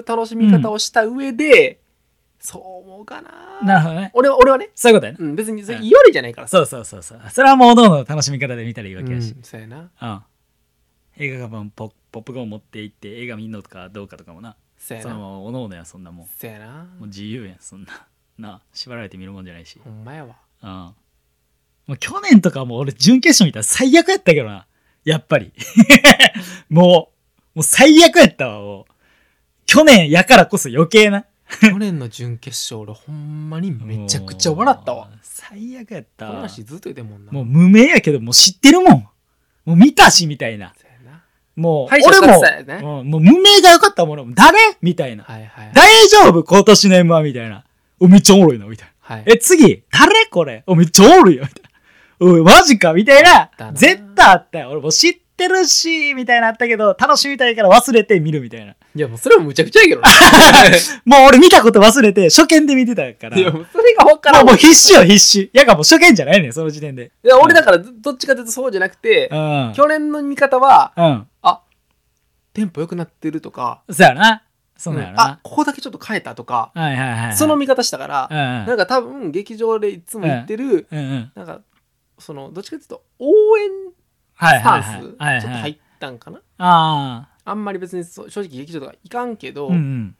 [SPEAKER 2] 楽しみ方をした上で、そう思うかな
[SPEAKER 1] なるほどね。
[SPEAKER 2] 俺は俺はね、
[SPEAKER 1] そういうことやな。
[SPEAKER 2] うん、別にそれ
[SPEAKER 1] うん
[SPEAKER 2] 言われじゃないからさ、
[SPEAKER 1] そうそうそうそう。それはもう、どの楽しみ方で見たらいいわけやし。
[SPEAKER 2] うんそうやな
[SPEAKER 1] うん。映画館ポポップコーン持って行って映画見んのかどうかとかもな。
[SPEAKER 2] そうや
[SPEAKER 1] そ
[SPEAKER 2] な
[SPEAKER 1] のおのおのやそんなもん。も
[SPEAKER 2] そうやな
[SPEAKER 1] う自由やんそんな。 な縛られて見るもんじゃないし。
[SPEAKER 2] ほんまやわ
[SPEAKER 1] うん。もう去年とかもう俺準決勝見たら最悪やったけどな。やっぱり。 もう、もう最悪やったわ、もう。去年やからこそ余計な。
[SPEAKER 2] 去年の準決勝俺ほんまにめちゃくちゃ笑ったわ
[SPEAKER 1] もう。最悪やっ
[SPEAKER 2] こ
[SPEAKER 1] た
[SPEAKER 2] の
[SPEAKER 1] わ。
[SPEAKER 2] 話ずっと言ってんもんな
[SPEAKER 1] もう無名やけど、もう知ってるもん。もう見たし、みたいな。
[SPEAKER 2] そうやな
[SPEAKER 1] もう、
[SPEAKER 2] 敗者
[SPEAKER 1] 俺
[SPEAKER 2] 復
[SPEAKER 1] も、
[SPEAKER 2] 活だよね
[SPEAKER 1] うんもう無名が良かったもの、誰みたいな。
[SPEAKER 2] はいはい
[SPEAKER 1] 大丈夫今年の M1 みたいな。お、めっちゃおもろいな、みたいな。
[SPEAKER 2] はい
[SPEAKER 1] え、次、誰これお、めっちゃおもろいよ、みたいな。おい、マジかみたいな
[SPEAKER 2] たな。
[SPEAKER 1] 絶対あったよ。俺もう知ってるし、みたいなあったけど、楽しみたいから忘れて見るみたいな。
[SPEAKER 2] いやもうそれはむちゃくちゃやけど な
[SPEAKER 1] もう俺見たこと忘れて、初見で見てたから。
[SPEAKER 2] いやもうそれが分から
[SPEAKER 1] も
[SPEAKER 2] ん
[SPEAKER 1] うもう必死よ、必死。やかもう初見じゃないねんその時点で。
[SPEAKER 2] いや俺だからどっちかというとそうじゃなくて
[SPEAKER 1] うん。
[SPEAKER 2] 去年の見方は
[SPEAKER 1] うん。
[SPEAKER 2] あテンポ良くなってるとか
[SPEAKER 1] そうやろな。そうなんやろ
[SPEAKER 2] あ
[SPEAKER 1] な。
[SPEAKER 2] ここだけちょっと変えたとか
[SPEAKER 1] はいはいはいはい。
[SPEAKER 2] その、見方したから
[SPEAKER 1] うんうん。
[SPEAKER 2] なんか多分劇場でいつも言ってる
[SPEAKER 1] うんうん。
[SPEAKER 2] なんかそのどっちかというと応援
[SPEAKER 1] はい
[SPEAKER 2] スタ
[SPEAKER 1] はい
[SPEAKER 2] ン
[SPEAKER 1] はい。
[SPEAKER 2] ス
[SPEAKER 1] はい
[SPEAKER 2] ちょっと
[SPEAKER 1] は
[SPEAKER 2] 入っ
[SPEAKER 1] い。
[SPEAKER 2] たんかな
[SPEAKER 1] あ
[SPEAKER 2] あんまり別にそう正直劇場とか行かんけ
[SPEAKER 1] あ。
[SPEAKER 2] ど
[SPEAKER 1] うんうん。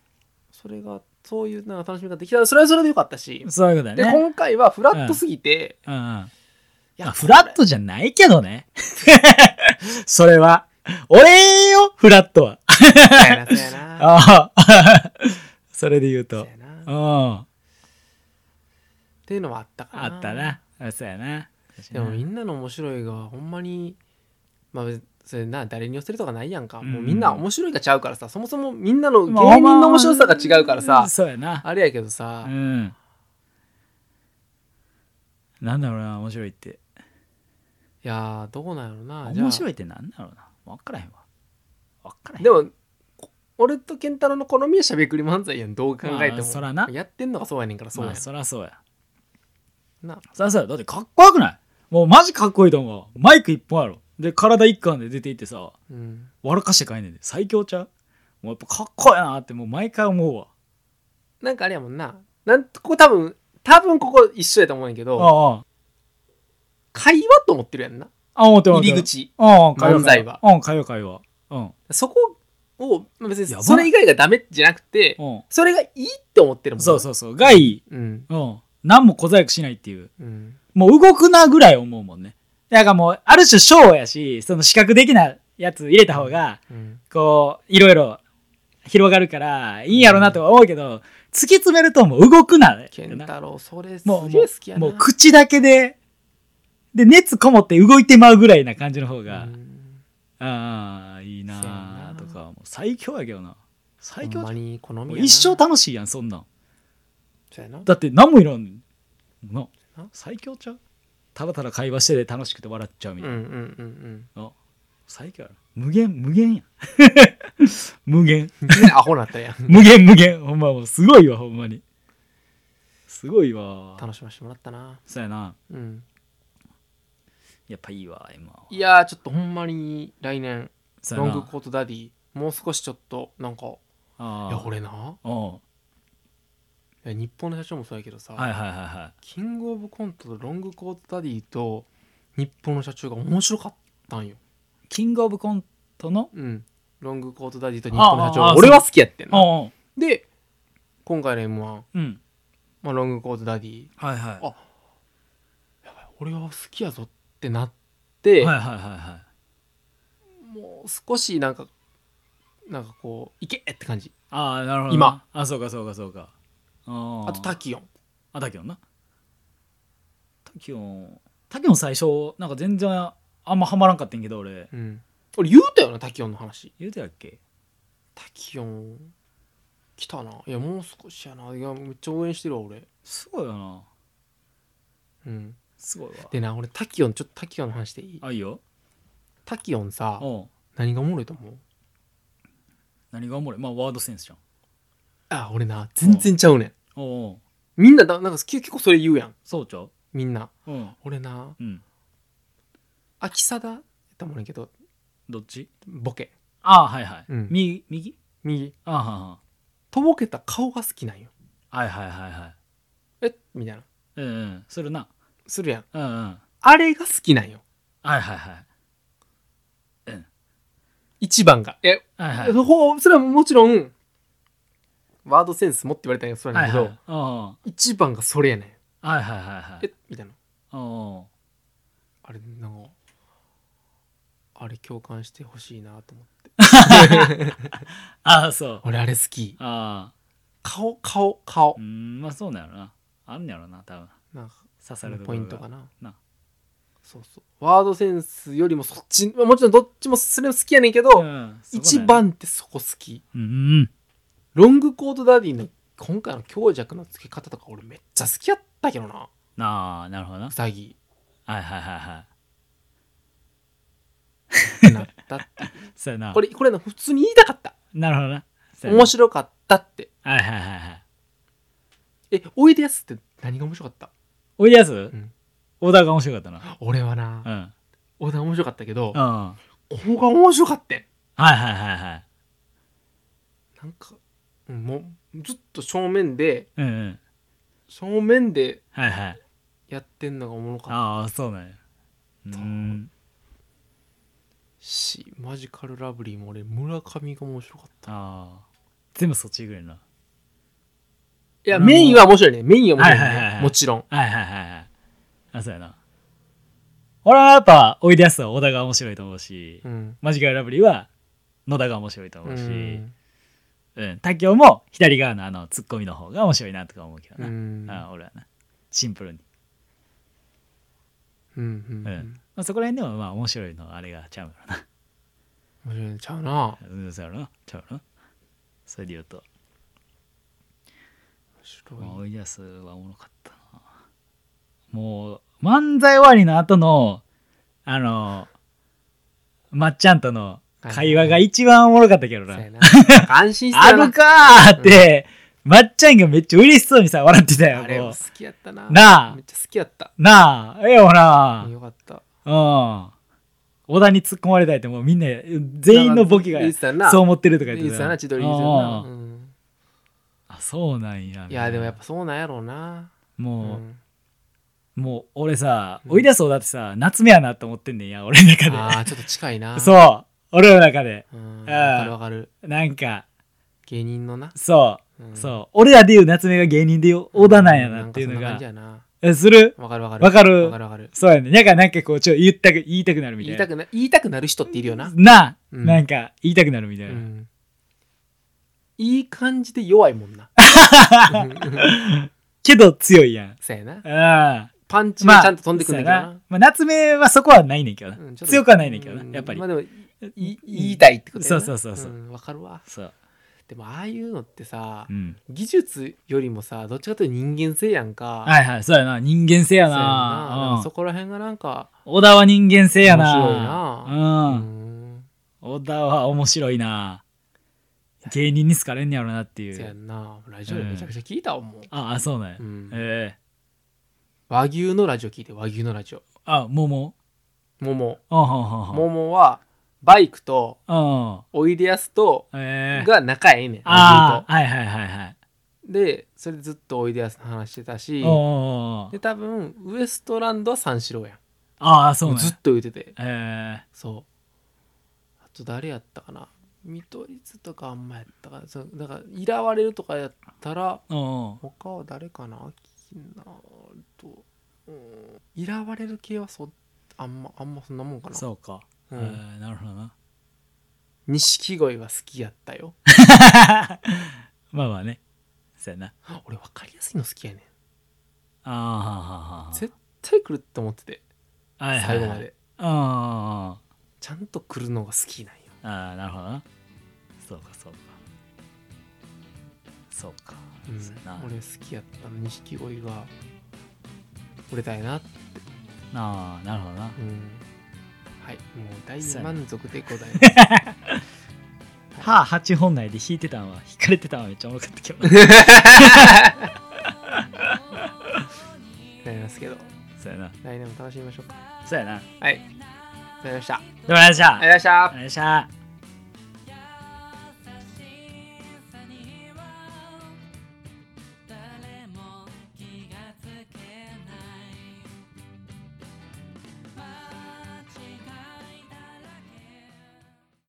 [SPEAKER 2] それがそういうなんか楽しみ方できたらそれはそれでよかったし
[SPEAKER 1] そういうことだ
[SPEAKER 2] で
[SPEAKER 1] ね。
[SPEAKER 2] 今回はフラットすぎて
[SPEAKER 1] うんうん。
[SPEAKER 2] い
[SPEAKER 1] あフラットじゃないけど ね。それは。俺よ、フラットは。
[SPEAKER 2] これそうやなそうやな
[SPEAKER 1] ああ。 それで言う
[SPEAKER 2] そう
[SPEAKER 1] と
[SPEAKER 2] や。な
[SPEAKER 1] う
[SPEAKER 2] っ
[SPEAKER 1] ん。あ
[SPEAKER 2] ていうのはあったかな
[SPEAKER 1] ったな。あそうやな。
[SPEAKER 2] でもみんなの面白いがほんまにまあ別にそれな誰に寄せるとかないやんか、もうみんな面白いがちゃうからさそもそもみんなの芸
[SPEAKER 1] まあ
[SPEAKER 2] 人の面白さが違うからさ、
[SPEAKER 1] そうやな。
[SPEAKER 2] あれやけどさ、
[SPEAKER 1] うん。なんだろうな、面白いって。
[SPEAKER 2] いやーどうなんやろな
[SPEAKER 1] 面白
[SPEAKER 2] い
[SPEAKER 1] いってなんだろうな。分からへんわ。分からへん。
[SPEAKER 2] でもこ俺と健太郎の好みはしゃべくり漫才やんどう考えて
[SPEAKER 1] まあ
[SPEAKER 2] も、
[SPEAKER 1] そらな
[SPEAKER 2] やってんのがそうやねんからそう
[SPEAKER 1] ま
[SPEAKER 2] や
[SPEAKER 1] あ、
[SPEAKER 2] ねん、
[SPEAKER 1] そらそうや。
[SPEAKER 2] な
[SPEAKER 1] そらそうや。だってかっこよくないもうマジかっこいいと思うわ。マイク一本やろ。で、体一貫で出ていってさ、
[SPEAKER 2] うん
[SPEAKER 1] 笑かして帰んねんで。最強ちゃうもうやっぱかっこいいなってもう毎回思うわ。
[SPEAKER 2] なんかあれやもんななんここ多分多分ここ一緒やと思うんやけど
[SPEAKER 1] ああ。
[SPEAKER 2] 会話と思ってるやんな
[SPEAKER 1] あ、思って思
[SPEAKER 2] 入
[SPEAKER 1] って。
[SPEAKER 2] り。口
[SPEAKER 1] うん、会話。
[SPEAKER 2] 漫才は。
[SPEAKER 1] うん、会話会話。うん。
[SPEAKER 2] そこをまあ別
[SPEAKER 1] やば
[SPEAKER 2] にそれ以外がダメじゃなくて
[SPEAKER 1] う
[SPEAKER 2] それがいいって思ってるも
[SPEAKER 1] ん。
[SPEAKER 2] ん
[SPEAKER 1] そうそうそう。がいい。
[SPEAKER 2] うん
[SPEAKER 1] うん。何も小細工しないっていう。
[SPEAKER 2] うん
[SPEAKER 1] もう動くなぐらい思うもんね。だからもう、ある種ショーやし、その視覚的なやつ入れた方が、
[SPEAKER 2] うん
[SPEAKER 1] こう、いろいろ広がるから、いいんやろなとは思うけど、突き詰めるともう動くな。
[SPEAKER 2] 健太郎それすげえ
[SPEAKER 1] もう、
[SPEAKER 2] 好
[SPEAKER 1] も
[SPEAKER 2] きや
[SPEAKER 1] う、
[SPEAKER 2] な
[SPEAKER 1] もう口だけで、で、熱こもって動いてまうぐらいな感じの方が、
[SPEAKER 2] うん
[SPEAKER 1] ああ、いい
[SPEAKER 2] せや
[SPEAKER 1] な
[SPEAKER 2] な
[SPEAKER 1] とか、もう最強やけどな。
[SPEAKER 2] ほ
[SPEAKER 1] 最
[SPEAKER 2] ん
[SPEAKER 1] 強
[SPEAKER 2] ま
[SPEAKER 1] じ
[SPEAKER 2] に好
[SPEAKER 1] ゃん
[SPEAKER 2] み
[SPEAKER 1] も
[SPEAKER 2] や
[SPEAKER 1] う
[SPEAKER 2] な
[SPEAKER 1] 一生楽しいやん、そんなん。
[SPEAKER 2] そうやな
[SPEAKER 1] だって何もいらんの
[SPEAKER 2] な。
[SPEAKER 1] 最強ちゃうただただ会話してて楽しくて笑っちゃうみ
[SPEAKER 2] うん
[SPEAKER 1] た
[SPEAKER 2] う
[SPEAKER 1] い
[SPEAKER 2] ん
[SPEAKER 1] な。
[SPEAKER 2] うんうん
[SPEAKER 1] あ最強やろ。無限、無限やん。 無限。
[SPEAKER 2] アホなったやん
[SPEAKER 1] 無限無限ほんまもうすごいわほんまにすごいわ
[SPEAKER 2] 楽しませてもらったな
[SPEAKER 1] そうやな
[SPEAKER 2] うん
[SPEAKER 1] やっぱいいわ今はい
[SPEAKER 2] やーちょっとほんまに来年
[SPEAKER 1] そう
[SPEAKER 2] ロ
[SPEAKER 1] や
[SPEAKER 2] ング
[SPEAKER 1] な
[SPEAKER 2] コートダディもう少しちょっとなんかい
[SPEAKER 1] あ
[SPEAKER 2] や俺な
[SPEAKER 1] あうん
[SPEAKER 2] いえ日本の社長もそうやけどさ、
[SPEAKER 1] はいはいはいは
[SPEAKER 2] キングオブコントとロングコートダディと日本の社長が面白かったんよ
[SPEAKER 1] いキングオブコントの
[SPEAKER 2] うんロングコートダディと日本の社長
[SPEAKER 1] あああ
[SPEAKER 2] が
[SPEAKER 1] あ
[SPEAKER 2] 俺は好きやってんな
[SPEAKER 1] おう
[SPEAKER 2] で今回の m 1、
[SPEAKER 1] おううん
[SPEAKER 2] まあ、ロングコートダディ
[SPEAKER 1] はいはい
[SPEAKER 2] あ俺は好きやぞってなって、
[SPEAKER 1] はいはいはいはい
[SPEAKER 2] もう少しなんかなんかこういけって感じ
[SPEAKER 1] ああなるほどな
[SPEAKER 2] 今
[SPEAKER 1] あそうかそうかそうかあ
[SPEAKER 2] あとタキヨン
[SPEAKER 1] あタキオンなタキオンタキオン最初なんか全然あんまハマらんかってんけど俺
[SPEAKER 2] うん俺言うたよなタキヨンの話
[SPEAKER 1] 言うてたっけ
[SPEAKER 2] タキヨン来たないやもう少しやないやめっちゃ応援してるわ俺
[SPEAKER 1] すごいよな
[SPEAKER 2] うん
[SPEAKER 1] すごいわ
[SPEAKER 2] でな俺タキヨンちょっとタキヨンの話でいい
[SPEAKER 1] あいいよ
[SPEAKER 2] タキヨンさ
[SPEAKER 1] おう
[SPEAKER 2] 何がおもろいと思う
[SPEAKER 1] 何がおもろいまあワードセンスじゃん
[SPEAKER 2] あ俺な全然ちゃうねん
[SPEAKER 1] おうおう
[SPEAKER 2] みんなだなんか結構それ言うやん
[SPEAKER 1] そうちゃう
[SPEAKER 2] みんな
[SPEAKER 1] うん
[SPEAKER 2] 俺な
[SPEAKER 1] うん
[SPEAKER 2] 秋貞やったもんねんけど
[SPEAKER 1] どっち
[SPEAKER 2] ボケ
[SPEAKER 1] ああはいはい、
[SPEAKER 2] うん
[SPEAKER 1] 右右
[SPEAKER 2] 右
[SPEAKER 1] ああはんはん
[SPEAKER 2] とぼけた顔が好きなんよ
[SPEAKER 1] はいはいはいはい
[SPEAKER 2] えみたいな
[SPEAKER 1] うんうんするな
[SPEAKER 2] するやん
[SPEAKER 1] うんうん
[SPEAKER 2] あれが好きなんよ
[SPEAKER 1] はいはいはい
[SPEAKER 2] 一番がえ
[SPEAKER 1] はいはい
[SPEAKER 2] ほうそれはもちろんワードセンスもって言われたんやそうなん
[SPEAKER 1] はい
[SPEAKER 2] だ
[SPEAKER 1] は
[SPEAKER 2] け
[SPEAKER 1] い
[SPEAKER 2] ど、
[SPEAKER 1] うんうん
[SPEAKER 2] 一番がそれやねん
[SPEAKER 1] はいはいはいはい
[SPEAKER 2] えみたいな
[SPEAKER 1] うんうん
[SPEAKER 2] あれなんかあれ共感してほしいなと思って
[SPEAKER 1] ああそう
[SPEAKER 2] 俺あれ好き
[SPEAKER 1] ああ
[SPEAKER 2] 顔顔顔
[SPEAKER 1] うーんまあそうなんやろなあんねやろな多分
[SPEAKER 2] なんか
[SPEAKER 1] 刺さるとこ
[SPEAKER 2] ポ
[SPEAKER 1] ろ
[SPEAKER 2] イ
[SPEAKER 1] が
[SPEAKER 2] ントかな
[SPEAKER 1] な
[SPEAKER 2] そうそうワードセンスよりもそっちもちろんどっちもそれも好きやねんけど、
[SPEAKER 1] うんそこなんや
[SPEAKER 2] 一番ってそこ好き
[SPEAKER 1] うんうん
[SPEAKER 2] ロングコートダディの今回の強弱の付け方とか俺めっちゃ好きやったけどな
[SPEAKER 1] ああなるほどな
[SPEAKER 2] ウサギ
[SPEAKER 1] はいはいはいはい
[SPEAKER 2] ってなっ たって
[SPEAKER 1] そうやな
[SPEAKER 2] これこれの普通に言いたかった
[SPEAKER 1] なるほどなそうや
[SPEAKER 2] 面白かったって
[SPEAKER 1] なはいはいはいはい
[SPEAKER 2] えおいでやすって何が面白かった
[SPEAKER 1] おいでやす
[SPEAKER 2] ん
[SPEAKER 1] 小田が面白かったな
[SPEAKER 2] 俺はな
[SPEAKER 1] うんうん
[SPEAKER 2] 小田面白かったけど
[SPEAKER 1] はい
[SPEAKER 2] ここが面白かったん
[SPEAKER 1] はいはいはい
[SPEAKER 2] なんかうんもうずっと正面で
[SPEAKER 1] うんうん
[SPEAKER 2] 正面で
[SPEAKER 1] はいはい
[SPEAKER 2] やってんのがおもろかった
[SPEAKER 1] ああそうなんやうーん
[SPEAKER 2] しマジカルラブリーも俺村上が面白かった
[SPEAKER 1] ああ全部そっちぐらいな
[SPEAKER 2] いや
[SPEAKER 1] 俺も
[SPEAKER 2] メインは面白いねメインは面
[SPEAKER 1] は
[SPEAKER 2] 白い
[SPEAKER 1] いはいはいは
[SPEAKER 2] ね
[SPEAKER 1] い
[SPEAKER 2] もちろん
[SPEAKER 1] はいはいはいはいあそうやな俺はやっぱおいでやすは小田が面白いと思うし
[SPEAKER 2] うん
[SPEAKER 1] マジカルラブリーは野田が面白いと思うし、
[SPEAKER 2] う
[SPEAKER 1] うん
[SPEAKER 2] ん
[SPEAKER 1] 他協も左側のあのツッコミの方が面白いなとか思うけど
[SPEAKER 2] う
[SPEAKER 1] な、
[SPEAKER 2] ん
[SPEAKER 1] あ俺はなシンプルに、
[SPEAKER 2] うんう
[SPEAKER 1] うん
[SPEAKER 2] ん
[SPEAKER 1] まあ、そこら辺でもまあ面白いのはあれがちゃうからな
[SPEAKER 2] 面白いんちゃうな
[SPEAKER 1] うんそうやろなちゃうやろなそれで言うと、まあ、
[SPEAKER 2] 面白い
[SPEAKER 1] おいでやすはおもろかったなもう漫才終わりの後のあのまっちゃんとの会話が一番おもろかったけどな、
[SPEAKER 2] そうやななんか安心し て
[SPEAKER 1] あ
[SPEAKER 2] たな
[SPEAKER 1] るかーって、まっちゃんがめっちゃ嬉しそうにさ、笑ってたよ、
[SPEAKER 2] あれも
[SPEAKER 1] こ
[SPEAKER 2] 好きやったな
[SPEAKER 1] う。なあ
[SPEAKER 2] めっ、ちゃ好きやった
[SPEAKER 1] なあ、ええよな。うん。
[SPEAKER 2] よかった
[SPEAKER 1] 小田に突っ込まれたいって、もうみんな、全員のボケが
[SPEAKER 2] 言ってたな
[SPEAKER 1] そう思ってるとか
[SPEAKER 2] い
[SPEAKER 1] 言っ
[SPEAKER 2] い
[SPEAKER 1] てた
[SPEAKER 2] ですよ
[SPEAKER 1] よ。
[SPEAKER 2] な千鳥いいですよな、うん
[SPEAKER 1] あそうなんや。
[SPEAKER 2] いやでもやっぱそうなんやろうなう
[SPEAKER 1] も
[SPEAKER 2] ん
[SPEAKER 1] う、もう俺さ、
[SPEAKER 2] うん
[SPEAKER 1] 追い出そうだってさ、夏目やなと思ってんねんや、俺の中
[SPEAKER 2] ああちょっと近いな
[SPEAKER 1] で。 そう、俺の中で。
[SPEAKER 2] うん
[SPEAKER 1] あー
[SPEAKER 2] わかるわかる
[SPEAKER 1] なんか、
[SPEAKER 2] 芸人のな
[SPEAKER 1] そうう、
[SPEAKER 2] ん
[SPEAKER 1] そう、俺らで言う夏目が芸人で言う小田なんやなっていうの
[SPEAKER 2] んかそんな感
[SPEAKER 1] が
[SPEAKER 2] じ、やな
[SPEAKER 1] えする
[SPEAKER 2] わかるわかる
[SPEAKER 1] わかる
[SPEAKER 2] わかるわかる
[SPEAKER 1] そうやね。なんか、なんかこう、ちょ、言ったく、言いたくなるみた
[SPEAKER 2] 言
[SPEAKER 1] い
[SPEAKER 2] い
[SPEAKER 1] な
[SPEAKER 2] た。くな言いたくなる人っているよな、
[SPEAKER 1] な、
[SPEAKER 2] うん
[SPEAKER 1] なんか言いたくなるみたいうな、
[SPEAKER 2] んいい感じで弱いもん なうん
[SPEAKER 1] けど強いやん
[SPEAKER 2] そうやな
[SPEAKER 1] あ
[SPEAKER 2] パンチ
[SPEAKER 1] あ
[SPEAKER 2] が
[SPEAKER 1] まあ
[SPEAKER 2] ちゃんと飛んでくるんだけど
[SPEAKER 1] そう
[SPEAKER 2] な
[SPEAKER 1] やまあ、夏目はそこはないねんけどな、
[SPEAKER 2] うんちょっと
[SPEAKER 1] 強くはないねんけどな、
[SPEAKER 2] うん
[SPEAKER 1] やっぱり、
[SPEAKER 2] まあでもいい言い
[SPEAKER 1] い
[SPEAKER 2] たいってことやな
[SPEAKER 1] そうそうそうそうん
[SPEAKER 2] わかるわ
[SPEAKER 1] そう
[SPEAKER 2] でもああいうのってさ
[SPEAKER 1] うん
[SPEAKER 2] 技術よりもさどっちかというと人間性やんか
[SPEAKER 1] はいはいそうやな人間性や
[SPEAKER 2] そうやん
[SPEAKER 1] な
[SPEAKER 2] ななんかそこら辺がなんか
[SPEAKER 1] うん小田は人間性やな
[SPEAKER 2] 面白いなう
[SPEAKER 1] う
[SPEAKER 2] ん
[SPEAKER 1] ん、小田は面白いな芸人に好かれんねやろなってい
[SPEAKER 2] そうや
[SPEAKER 1] うん
[SPEAKER 2] なラジオでめちゃくちゃ聞いたわもう
[SPEAKER 1] ああそうなんや、
[SPEAKER 2] うん
[SPEAKER 1] ええ
[SPEAKER 2] 和牛のラジオ聞いて和牛のラジオ
[SPEAKER 1] あもも
[SPEAKER 2] もも
[SPEAKER 1] あはんはんはん
[SPEAKER 2] ももはバイクと
[SPEAKER 1] あ
[SPEAKER 2] おいでやすと
[SPEAKER 1] ええ
[SPEAKER 2] が仲ええねん和
[SPEAKER 1] あ
[SPEAKER 2] 牛
[SPEAKER 1] あはいはいはいはい
[SPEAKER 2] とでそれでずっとおいでやすの話してたし
[SPEAKER 1] おー
[SPEAKER 2] で多分ウエストランドは三四郎やん
[SPEAKER 1] ああそうね
[SPEAKER 2] ずっと言うてて
[SPEAKER 1] え
[SPEAKER 2] そうあと誰やったかな見取り図とかあんまやったかなそうだからいらわれるとかやったら
[SPEAKER 1] ー、おー
[SPEAKER 2] 他は誰かなきなとうんいらわれる系はそあんまあんまそんなもんかな
[SPEAKER 1] そうか、
[SPEAKER 2] う
[SPEAKER 1] え
[SPEAKER 2] ん
[SPEAKER 1] ーなるほどな
[SPEAKER 2] 錦鯉は好きやったよ
[SPEAKER 1] まあまあねそうやな
[SPEAKER 2] 俺分かりやすいの好きやね
[SPEAKER 1] あーはあはあは
[SPEAKER 2] ん
[SPEAKER 1] あ
[SPEAKER 2] 絶対来るって思ってて
[SPEAKER 1] はいは
[SPEAKER 2] 最
[SPEAKER 1] い
[SPEAKER 2] 後
[SPEAKER 1] は
[SPEAKER 2] ま
[SPEAKER 1] い
[SPEAKER 2] で
[SPEAKER 1] あー
[SPEAKER 2] ちゃんと来るのが好きなんよ
[SPEAKER 1] あーあーなるほどなそうかそうかそうか、
[SPEAKER 2] うん
[SPEAKER 1] そうやな
[SPEAKER 2] 俺好きやったの錦鯉が俺だよな
[SPEAKER 1] ああなるほどな
[SPEAKER 2] うんはいもう大
[SPEAKER 1] そうやな
[SPEAKER 2] 満足でございます
[SPEAKER 1] 歯8本内で引いてたんは引かれてたんはめっちゃおもろかったけど な
[SPEAKER 2] なりますけど
[SPEAKER 1] そうやな
[SPEAKER 2] 来年も楽しみましょうか
[SPEAKER 1] そうやな
[SPEAKER 2] はいありがとうございましたありがとう
[SPEAKER 1] どうもありがとうございましたありがとうご
[SPEAKER 2] ございました
[SPEAKER 1] ざいました